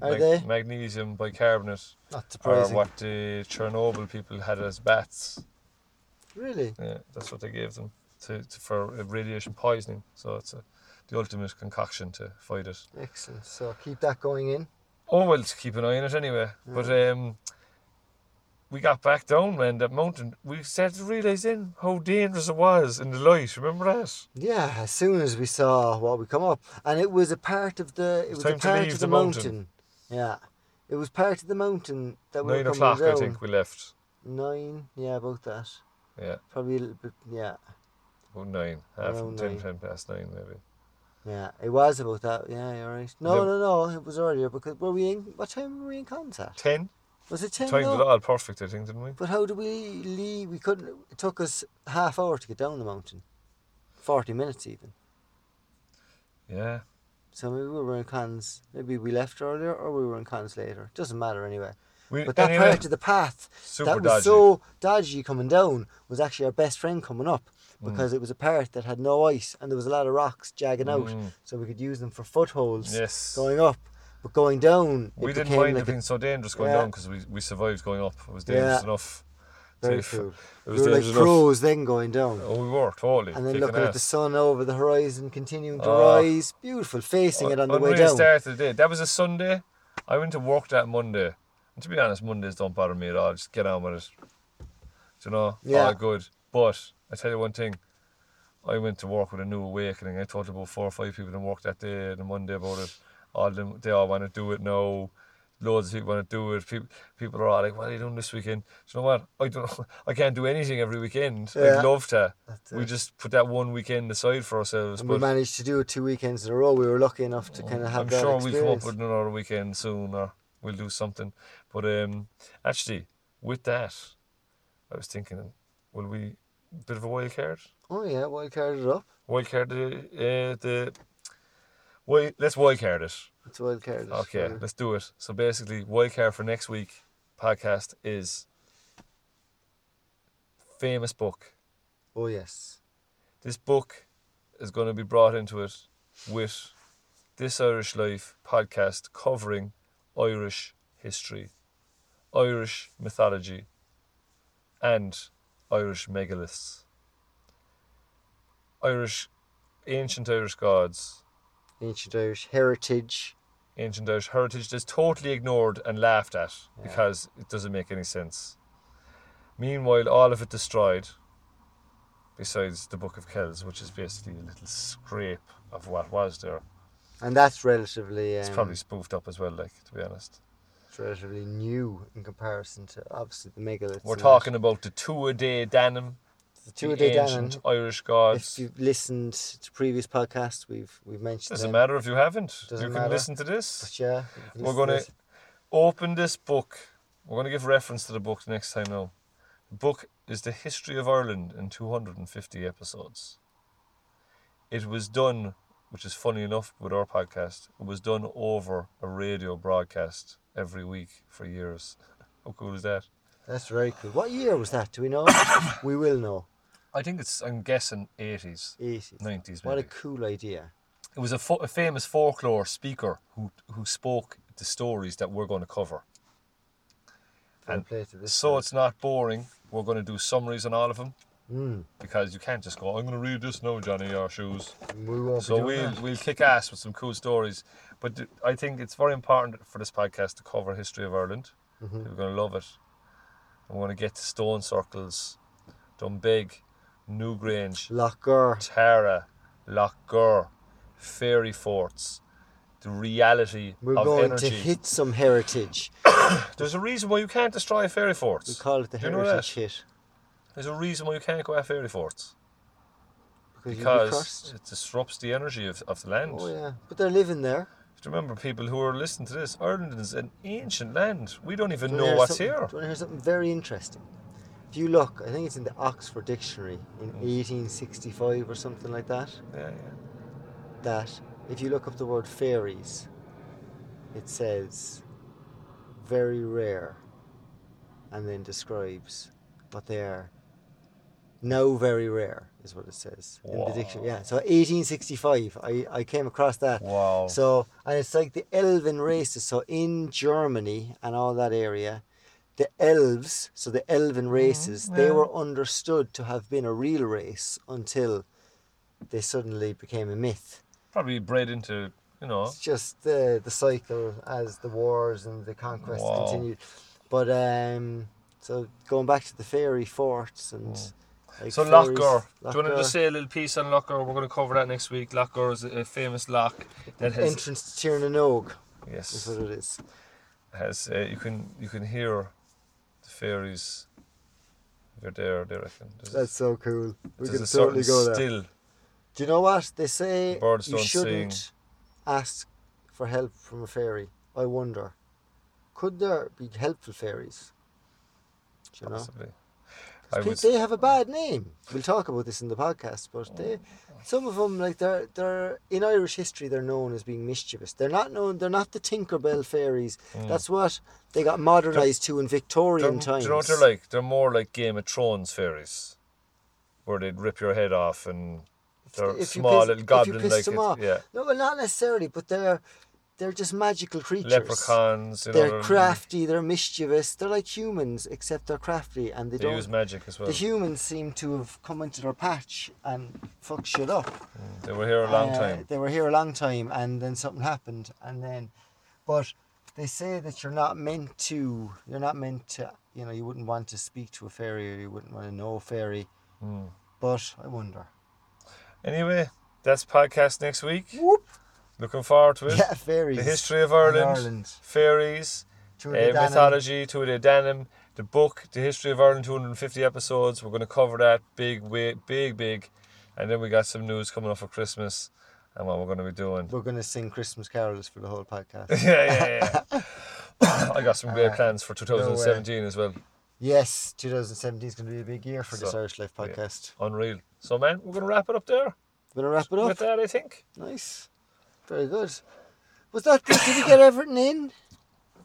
Speaker 2: Are
Speaker 1: Mag-
Speaker 2: they?
Speaker 1: Magnesium, bicarbonate,
Speaker 2: Not
Speaker 1: or
Speaker 2: surprising.
Speaker 1: what the Chernobyl people had as bats.
Speaker 2: Really?
Speaker 1: Yeah, that's what they gave them to, to for radiation poisoning. So it's a, the ultimate concoction to fight it.
Speaker 2: Excellent. So keep that going in.
Speaker 1: Oh well, to keep an eye on it anyway. But um, we got back down, man. That mountain. We started realizing how dangerous it was in the light. Remember that?
Speaker 2: Yeah, as soon as we saw what we come up, and it was a part of the it
Speaker 1: It's
Speaker 2: was a
Speaker 1: time to
Speaker 2: part
Speaker 1: leave
Speaker 2: of the
Speaker 1: the
Speaker 2: mountain.
Speaker 1: mountain.
Speaker 2: Yeah, it was part of the mountain that we
Speaker 1: Nine
Speaker 2: were coming
Speaker 1: o'clock,
Speaker 2: down.
Speaker 1: I think we left.
Speaker 2: Nine, yeah, about that.
Speaker 1: Yeah,
Speaker 2: Probably a little bit. Yeah,
Speaker 1: about nine, half
Speaker 2: Around
Speaker 1: ten,
Speaker 2: nine.
Speaker 1: ten past nine, maybe.
Speaker 2: yeah, it was about that. Yeah, you're right. No,
Speaker 1: The-
Speaker 2: no, no, it was earlier because were we in? What time were we in concert?
Speaker 1: Ten.
Speaker 2: Was it ten?
Speaker 1: Timed it
Speaker 2: No.
Speaker 1: all perfect, I think, didn't we?
Speaker 2: But how did we leave? We couldn't. It took us half hour to get down the mountain, forty minutes even.
Speaker 1: Yeah.
Speaker 2: So maybe we were in cons. Maybe we left earlier, or we were in cons later. Doesn't matter anyway.
Speaker 1: We,
Speaker 2: But that
Speaker 1: anyway,
Speaker 2: part of the path
Speaker 1: super
Speaker 2: that was
Speaker 1: dodgy.
Speaker 2: so dodgy coming down was actually our best friend coming up
Speaker 1: Mm.
Speaker 2: because it was a part that had no ice and there was a lot of rocks jagging out,
Speaker 1: Mm.
Speaker 2: so we could use them for footholds
Speaker 1: yes.
Speaker 2: going up. But going down,
Speaker 1: we
Speaker 2: it
Speaker 1: didn't
Speaker 2: became
Speaker 1: mind
Speaker 2: like
Speaker 1: it being
Speaker 2: a,
Speaker 1: so dangerous going
Speaker 2: Yeah.
Speaker 1: down because we, we survived going up. It was dangerous
Speaker 2: Yeah.
Speaker 1: enough.
Speaker 2: very
Speaker 1: Safe.
Speaker 2: cool.
Speaker 1: It
Speaker 2: We
Speaker 1: was
Speaker 2: were like
Speaker 1: dangerous enough.
Speaker 2: pros then going down.
Speaker 1: Oh, we were totally.
Speaker 2: And then
Speaker 1: kicking
Speaker 2: looking at the
Speaker 1: ass.
Speaker 2: sun over the horizon, continuing to
Speaker 1: Oh.
Speaker 2: rise, beautiful,
Speaker 1: Uh,
Speaker 2: facing it on the way
Speaker 1: Unreal
Speaker 2: down.
Speaker 1: start of the day. That was a Sunday. I went to work that Monday. And to be honest, Mondays don't bother me at all. Just get on with it. Do you know?
Speaker 2: Yeah.
Speaker 1: All good. But I tell you one thing. I went to work with a new awakening. I talked to about four or five people in work that day and Monday about it. All them, they all want to do it now. Loads of people want to do it. People, people are all like, "What are you doing this weekend?" Do you know what? I don't. I can't do anything every weekend.
Speaker 2: Yeah.
Speaker 1: I'd love to.
Speaker 2: That's
Speaker 1: We
Speaker 2: it.
Speaker 1: just put that one weekend aside for ourselves.
Speaker 2: and
Speaker 1: but Mm,
Speaker 2: we managed to do it two weekends in a row. We were lucky enough to kind of have
Speaker 1: I'm
Speaker 2: that
Speaker 1: sure we'll come
Speaker 2: experience.
Speaker 1: up with another weekend soon or we'll do something. But um, actually, with that, I was thinking, will we bit of a wild card?
Speaker 2: Oh yeah, wild carded up.
Speaker 1: Wild card the uh, the wait, let's wild card it.
Speaker 2: It's wild carded.
Speaker 1: Okay, let's do it. So basically, wild card for next week podcast is famous book.
Speaker 2: Oh yes.
Speaker 1: This book is going to be brought into it with this Irish Life podcast covering Irish history, Irish mythology, and Irish megaliths, Irish ancient Irish gods,
Speaker 2: Ancient Irish heritage.
Speaker 1: ancient Irish heritage that's totally ignored and laughed at
Speaker 2: Yeah.
Speaker 1: because it doesn't make any sense. Meanwhile, all of it destroyed, besides the Book of Kells, which is basically a little scrape of what was there.
Speaker 2: and that's relatively um,
Speaker 1: It's probably spoofed up as well, like, to be honest.
Speaker 2: it's relatively new in comparison to obviously the megaliths.
Speaker 1: We're
Speaker 2: and that.
Speaker 1: talking about the Tua de Danann,
Speaker 2: the
Speaker 1: the
Speaker 2: two day
Speaker 1: ancient
Speaker 2: Danann.
Speaker 1: Irish
Speaker 2: If
Speaker 1: gods.
Speaker 2: you've listened to previous podcasts, we've we've mentioned
Speaker 1: Doesn't
Speaker 2: them,
Speaker 1: matter if you haven't.
Speaker 2: Doesn't
Speaker 1: you can
Speaker 2: matter.
Speaker 1: listen to this.
Speaker 2: But yeah, you can
Speaker 1: We're
Speaker 2: listen
Speaker 1: gonna-
Speaker 2: it.
Speaker 1: Open this book. We're going to give reference to the book next time now. The book is the history of Ireland in 250 episodes. It was done, which is funny enough with our podcast, it was done over a radio broadcast every week for years. How cool is that?
Speaker 2: That's very cool. What year was that? Do we know? we will know.
Speaker 1: I think it's, I'm guessing, 80s,
Speaker 2: 80s.
Speaker 1: 90s.
Speaker 2: What a
Speaker 1: maybe.
Speaker 2: cool idea.
Speaker 1: it was a, fo- a famous folklore speaker who, who spoke the stories that we're going to cover.
Speaker 2: Fair
Speaker 1: And
Speaker 2: play to this
Speaker 1: So
Speaker 2: guy.
Speaker 1: it's not boring. We're going to do summaries on all of them
Speaker 2: Mm,
Speaker 1: because you can't just go, I'm going to read this now, Johnny, our shoes.
Speaker 2: we won't
Speaker 1: So
Speaker 2: be doing
Speaker 1: we'll,
Speaker 2: that.
Speaker 1: we'll kick ass with some cool stories. But th- I think it's very important for this podcast to cover history of Ireland.
Speaker 2: Mhm.
Speaker 1: People are going to love it. I want to get to Stone Circles, Dunbeg, Newgrange,
Speaker 2: Locker.
Speaker 1: Tara, Lochgur, Fairy Forts, the reality
Speaker 2: We're
Speaker 1: of
Speaker 2: going
Speaker 1: energy.
Speaker 2: to hit some heritage.
Speaker 1: There's a reason why you can't destroy Fairy
Speaker 2: We
Speaker 1: Forts.
Speaker 2: call it the
Speaker 1: Do you know
Speaker 2: heritage hit.
Speaker 1: There's a reason why you can't go at Fairy Forts.
Speaker 2: Because, you'll be
Speaker 1: because
Speaker 2: cursed.
Speaker 1: it disrupts the energy of, of the land.
Speaker 2: Oh, yeah. But they're living there.
Speaker 1: If you remember, people who are listening to this, Ireland is an ancient land. We don't even
Speaker 2: Do you
Speaker 1: know
Speaker 2: wanna hear
Speaker 1: what's
Speaker 2: something-
Speaker 1: here.
Speaker 2: Do you want to hear something very interesting? If you look, I think it's in the Oxford Dictionary in
Speaker 1: Mm.
Speaker 2: 1865 or something like that,
Speaker 1: Yeah,
Speaker 2: that if you look up the word fairies, it says very rare and then describes what they are. Now very rare is what it says in the dictionary. Yeah, so 1865, I, I came across that.
Speaker 1: yeah. Wow.
Speaker 2: So, and it's like the elven races. So, in Germany and all that area, the elves, so the
Speaker 1: Mm-hmm.
Speaker 2: elven races, they
Speaker 1: yeah.
Speaker 2: were understood to have been a real race until they suddenly became a myth.
Speaker 1: Probably bred into, you know,
Speaker 2: It's just the, the cycle as the wars and the conquest
Speaker 1: Wow.
Speaker 2: continued. But, um, so going back to the fairy forts and. Like
Speaker 1: Mm. So Lochgar,
Speaker 2: fairies-
Speaker 1: do you want to
Speaker 2: Lochgar,
Speaker 1: just say a little piece on Lochgar? We're going to cover that next week. Lochgar is a famous lock that has
Speaker 2: entrance to Tirnanog is
Speaker 1: yes,
Speaker 2: what it is.
Speaker 1: has uh, you can you can hear the fairies. If you're there, they reckon. There's,
Speaker 2: That's so cool. We
Speaker 1: there's
Speaker 2: can
Speaker 1: a certain
Speaker 2: totally go there.
Speaker 1: still
Speaker 2: Do you know what they say?
Speaker 1: Birds
Speaker 2: you
Speaker 1: don't
Speaker 2: shouldn't
Speaker 1: sing.
Speaker 2: ask for help from a fairy. I wonder, could there be helpful fairies? Do you know,
Speaker 1: possibly.
Speaker 2: 'Cause
Speaker 1: I
Speaker 2: pe-
Speaker 1: would-
Speaker 2: they have a bad name. We'll talk about this in the podcast, but they, some of them, like they're they're in Irish history, they're known as being mischievous. They're not known. They're not the Tinkerbell fairies.
Speaker 1: Mm.
Speaker 2: That's what they got modernized to in
Speaker 1: They're-
Speaker 2: Victorian
Speaker 1: Do
Speaker 2: times.
Speaker 1: you know what they're like? They're more like Game of Thrones fairies, where they'd rip your head off and they're
Speaker 2: if you
Speaker 1: small
Speaker 2: piss-
Speaker 1: little
Speaker 2: if you
Speaker 1: goblin
Speaker 2: piss
Speaker 1: like
Speaker 2: them
Speaker 1: it-
Speaker 2: off.
Speaker 1: yeah,
Speaker 2: No, well, not necessarily, but they're they're just magical creatures.
Speaker 1: leprechauns. You know,
Speaker 2: they're crafty, they're mischievous, they're like humans, except they're crafty and they,
Speaker 1: They
Speaker 2: don't.
Speaker 1: use magic as well.
Speaker 2: the humans seem to have come into their patch and fucked shit up.
Speaker 1: They were here a long
Speaker 2: Uh,
Speaker 1: time.
Speaker 2: They were here a long time, and then something happened, and then, but they say that you're not meant to. You're not meant to. You know, you wouldn't want to speak to a fairy, or you wouldn't want to know a fairy.
Speaker 1: Mm.
Speaker 2: But I wonder.
Speaker 1: Anyway, that's podcast next week.
Speaker 2: Whoop!
Speaker 1: Looking forward to it.
Speaker 2: Yeah, fairies.
Speaker 1: The history of
Speaker 2: and
Speaker 1: Ireland,
Speaker 2: Ireland.
Speaker 1: fairies,
Speaker 2: Tuatha
Speaker 1: uh,
Speaker 2: De Danann.
Speaker 1: mythology, Tuatha De Danann, the book, the history of Ireland, 250 episodes. We're going to cover that big, way, big, big. And then we got some news coming up for Christmas and what we're going to be doing.
Speaker 2: We're going to sing Christmas carols for the whole podcast.
Speaker 1: yeah, yeah, yeah. I got some
Speaker 2: Uh,
Speaker 1: great plans for 2017 as well.
Speaker 2: Yes, 2017 is going to be a big year for this
Speaker 1: So,
Speaker 2: Irish Life podcast.
Speaker 1: Unreal. So, man, we're going to wrap it up there
Speaker 2: We're going to wrap
Speaker 1: with
Speaker 2: it up.
Speaker 1: that, I think.
Speaker 2: Nice. Very good. Was that good? Did we get everything in?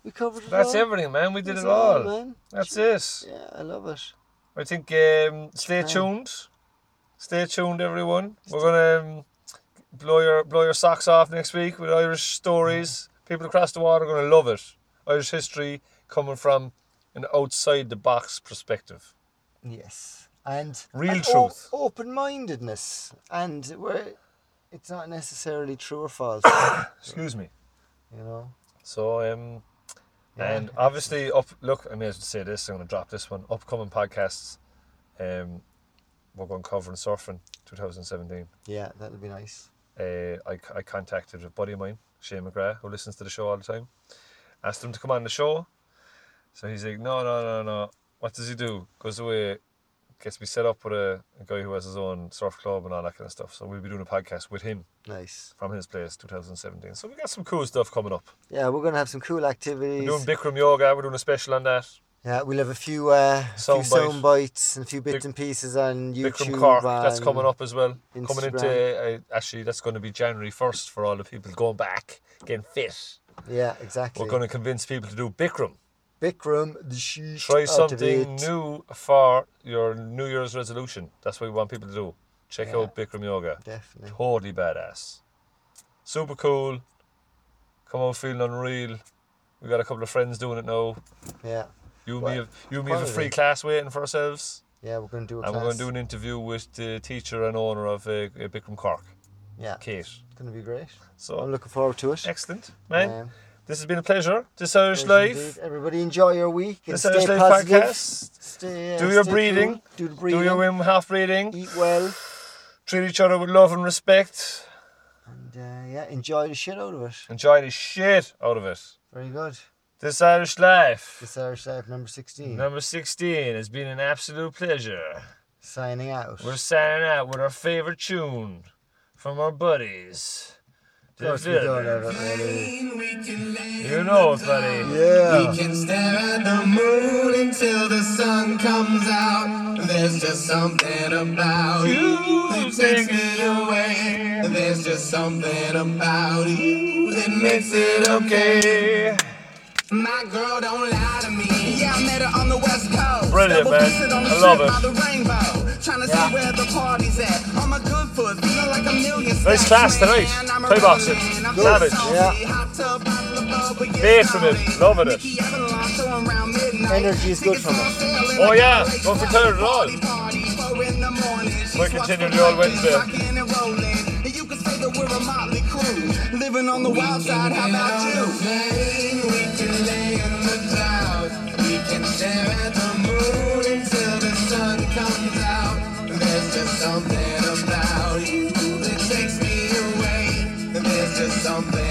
Speaker 2: We covered it
Speaker 1: That's
Speaker 2: all?
Speaker 1: everything, man. We did
Speaker 2: That's
Speaker 1: it all.
Speaker 2: man.
Speaker 1: That's it.
Speaker 2: Yeah, I love it.
Speaker 1: I think um, stay
Speaker 2: Japan.
Speaker 1: tuned. Stay tuned, everyone. We're gonna um, blow your blow your socks off next week with Irish stories.
Speaker 2: Mm.
Speaker 1: People across the water are gonna love it. Irish history coming from an outside the box perspective.
Speaker 2: Yes. And
Speaker 1: Real
Speaker 2: and
Speaker 1: truth.
Speaker 2: open mindedness. And where it's not necessarily true or false.
Speaker 1: Excuse me.
Speaker 2: you know.
Speaker 1: So, um,
Speaker 2: Yeah.
Speaker 1: and obviously, up look, I may as well say this. I'm going to drop this one. Upcoming podcasts, um, we're going covering surfing 2017.
Speaker 2: yeah, that'll be nice.
Speaker 1: Uh, I, I contacted a buddy of mine, Shane McGrath, who listens to the show all the time. Asked him to come on the show. So he's like, no, no, no, no. What does he do? Goes away, gets me set up with a, a guy who has his own surf club and all that kind of stuff. So we'll be doing a podcast with him
Speaker 2: Nice.
Speaker 1: from his place 2017. So we got some cool stuff coming up.
Speaker 2: Yeah, we're gonna have some cool
Speaker 1: We're
Speaker 2: activities.
Speaker 1: doing Bikram yoga. We're doing a special on that.
Speaker 2: yeah, we'll have a few uh,
Speaker 1: Sound
Speaker 2: few
Speaker 1: bite.
Speaker 2: sound bites and a few bits
Speaker 1: Bik-
Speaker 2: and pieces on YouTube.
Speaker 1: Bikram Cork. That's
Speaker 2: and-
Speaker 1: coming up as well. Coming into
Speaker 2: Instagram.
Speaker 1: uh, actually, that's going to be January 1st for all the people going back, getting fit.
Speaker 2: Yeah, exactly.
Speaker 1: We're going to convince people to do Bikram.
Speaker 2: Bikram, the Oh, sheet
Speaker 1: Try
Speaker 2: out of
Speaker 1: something
Speaker 2: it.
Speaker 1: new for your New Year's resolution. That's what we want people to do. Check
Speaker 2: Yeah.
Speaker 1: out Bikram Yoga.
Speaker 2: Definitely.
Speaker 1: Totally badass. Super cool. Come out feeling unreal. We got a couple of friends doing it now.
Speaker 2: Yeah,
Speaker 1: You and
Speaker 2: Well,
Speaker 1: me have you and me have a
Speaker 2: quality.
Speaker 1: free class waiting for ourselves.
Speaker 2: yeah, we're gonna do a
Speaker 1: And
Speaker 2: class.
Speaker 1: we're going to do an interview with the teacher and owner of uh, Bikram Cork,
Speaker 2: yeah,
Speaker 1: Kate.
Speaker 2: it's gonna be great. I'm
Speaker 1: So
Speaker 2: looking forward to it.
Speaker 1: excellent, man.
Speaker 2: Um,
Speaker 1: this has been a pleasure. This Irish
Speaker 2: yes,
Speaker 1: life.
Speaker 2: indeed. Everybody enjoy your week and
Speaker 1: This
Speaker 2: stay
Speaker 1: Irish life
Speaker 2: positive.
Speaker 1: podcast.
Speaker 2: Stay, uh,
Speaker 1: Do your
Speaker 2: stay
Speaker 1: breathing.
Speaker 2: cool. Do the breathing.
Speaker 1: Do your Wim Hof breathing.
Speaker 2: Eat well.
Speaker 1: Treat each other with love and respect.
Speaker 2: And uh, yeah, enjoy the shit out of it.
Speaker 1: Enjoy the shit out of it.
Speaker 2: Very good.
Speaker 1: This Irish life.
Speaker 2: This Irish Life number 16.
Speaker 1: Number 16 has been an absolute pleasure.
Speaker 2: Signing out.
Speaker 1: We're signing out with our favorite tune from our buddies.
Speaker 2: Of course
Speaker 1: The
Speaker 2: we don't
Speaker 1: Villains.
Speaker 2: have it really.
Speaker 1: You know it, buddy.
Speaker 2: Yeah.
Speaker 3: We can stare at the moon until the sun comes out. There's just something about you that takes it away. There's just something about you that makes it okay.
Speaker 1: Okay.
Speaker 3: My girl don't lie to me. Yeah, I met her on the West Coast.
Speaker 1: Brilliant,
Speaker 3: Double
Speaker 1: man.
Speaker 3: fisted on the
Speaker 1: I love
Speaker 3: strip
Speaker 1: it.
Speaker 3: by the rainbow. Tryna
Speaker 2: Yeah.
Speaker 3: see where the party's at. On my good foot, feeling like a million
Speaker 1: Nice
Speaker 3: stacks,
Speaker 1: class
Speaker 3: man.
Speaker 1: tonight.
Speaker 3: I'm a
Speaker 1: Play
Speaker 3: rebel
Speaker 1: boxing.
Speaker 3: man. I'm
Speaker 1: Savage.
Speaker 3: saucy.
Speaker 2: Yeah.
Speaker 3: Hot tub, out in the boat, but get
Speaker 1: Bass from him.
Speaker 3: naughty.
Speaker 1: Loving it.
Speaker 3: Mickey Avalon, so around midnight.
Speaker 2: Energy is good
Speaker 3: Tickets
Speaker 2: for
Speaker 3: on
Speaker 2: us.
Speaker 3: sale in
Speaker 1: Oh,
Speaker 3: the
Speaker 1: yeah.
Speaker 3: Great
Speaker 1: Don't retire at all.
Speaker 3: Party, party, four in the morning. She
Speaker 1: We're
Speaker 3: swaps
Speaker 1: continuing
Speaker 3: the
Speaker 1: on
Speaker 3: lights,
Speaker 1: Wednesday.
Speaker 3: rocking and rolling. And you can say that we're a motley crew. Living on the wild side, how about you? Something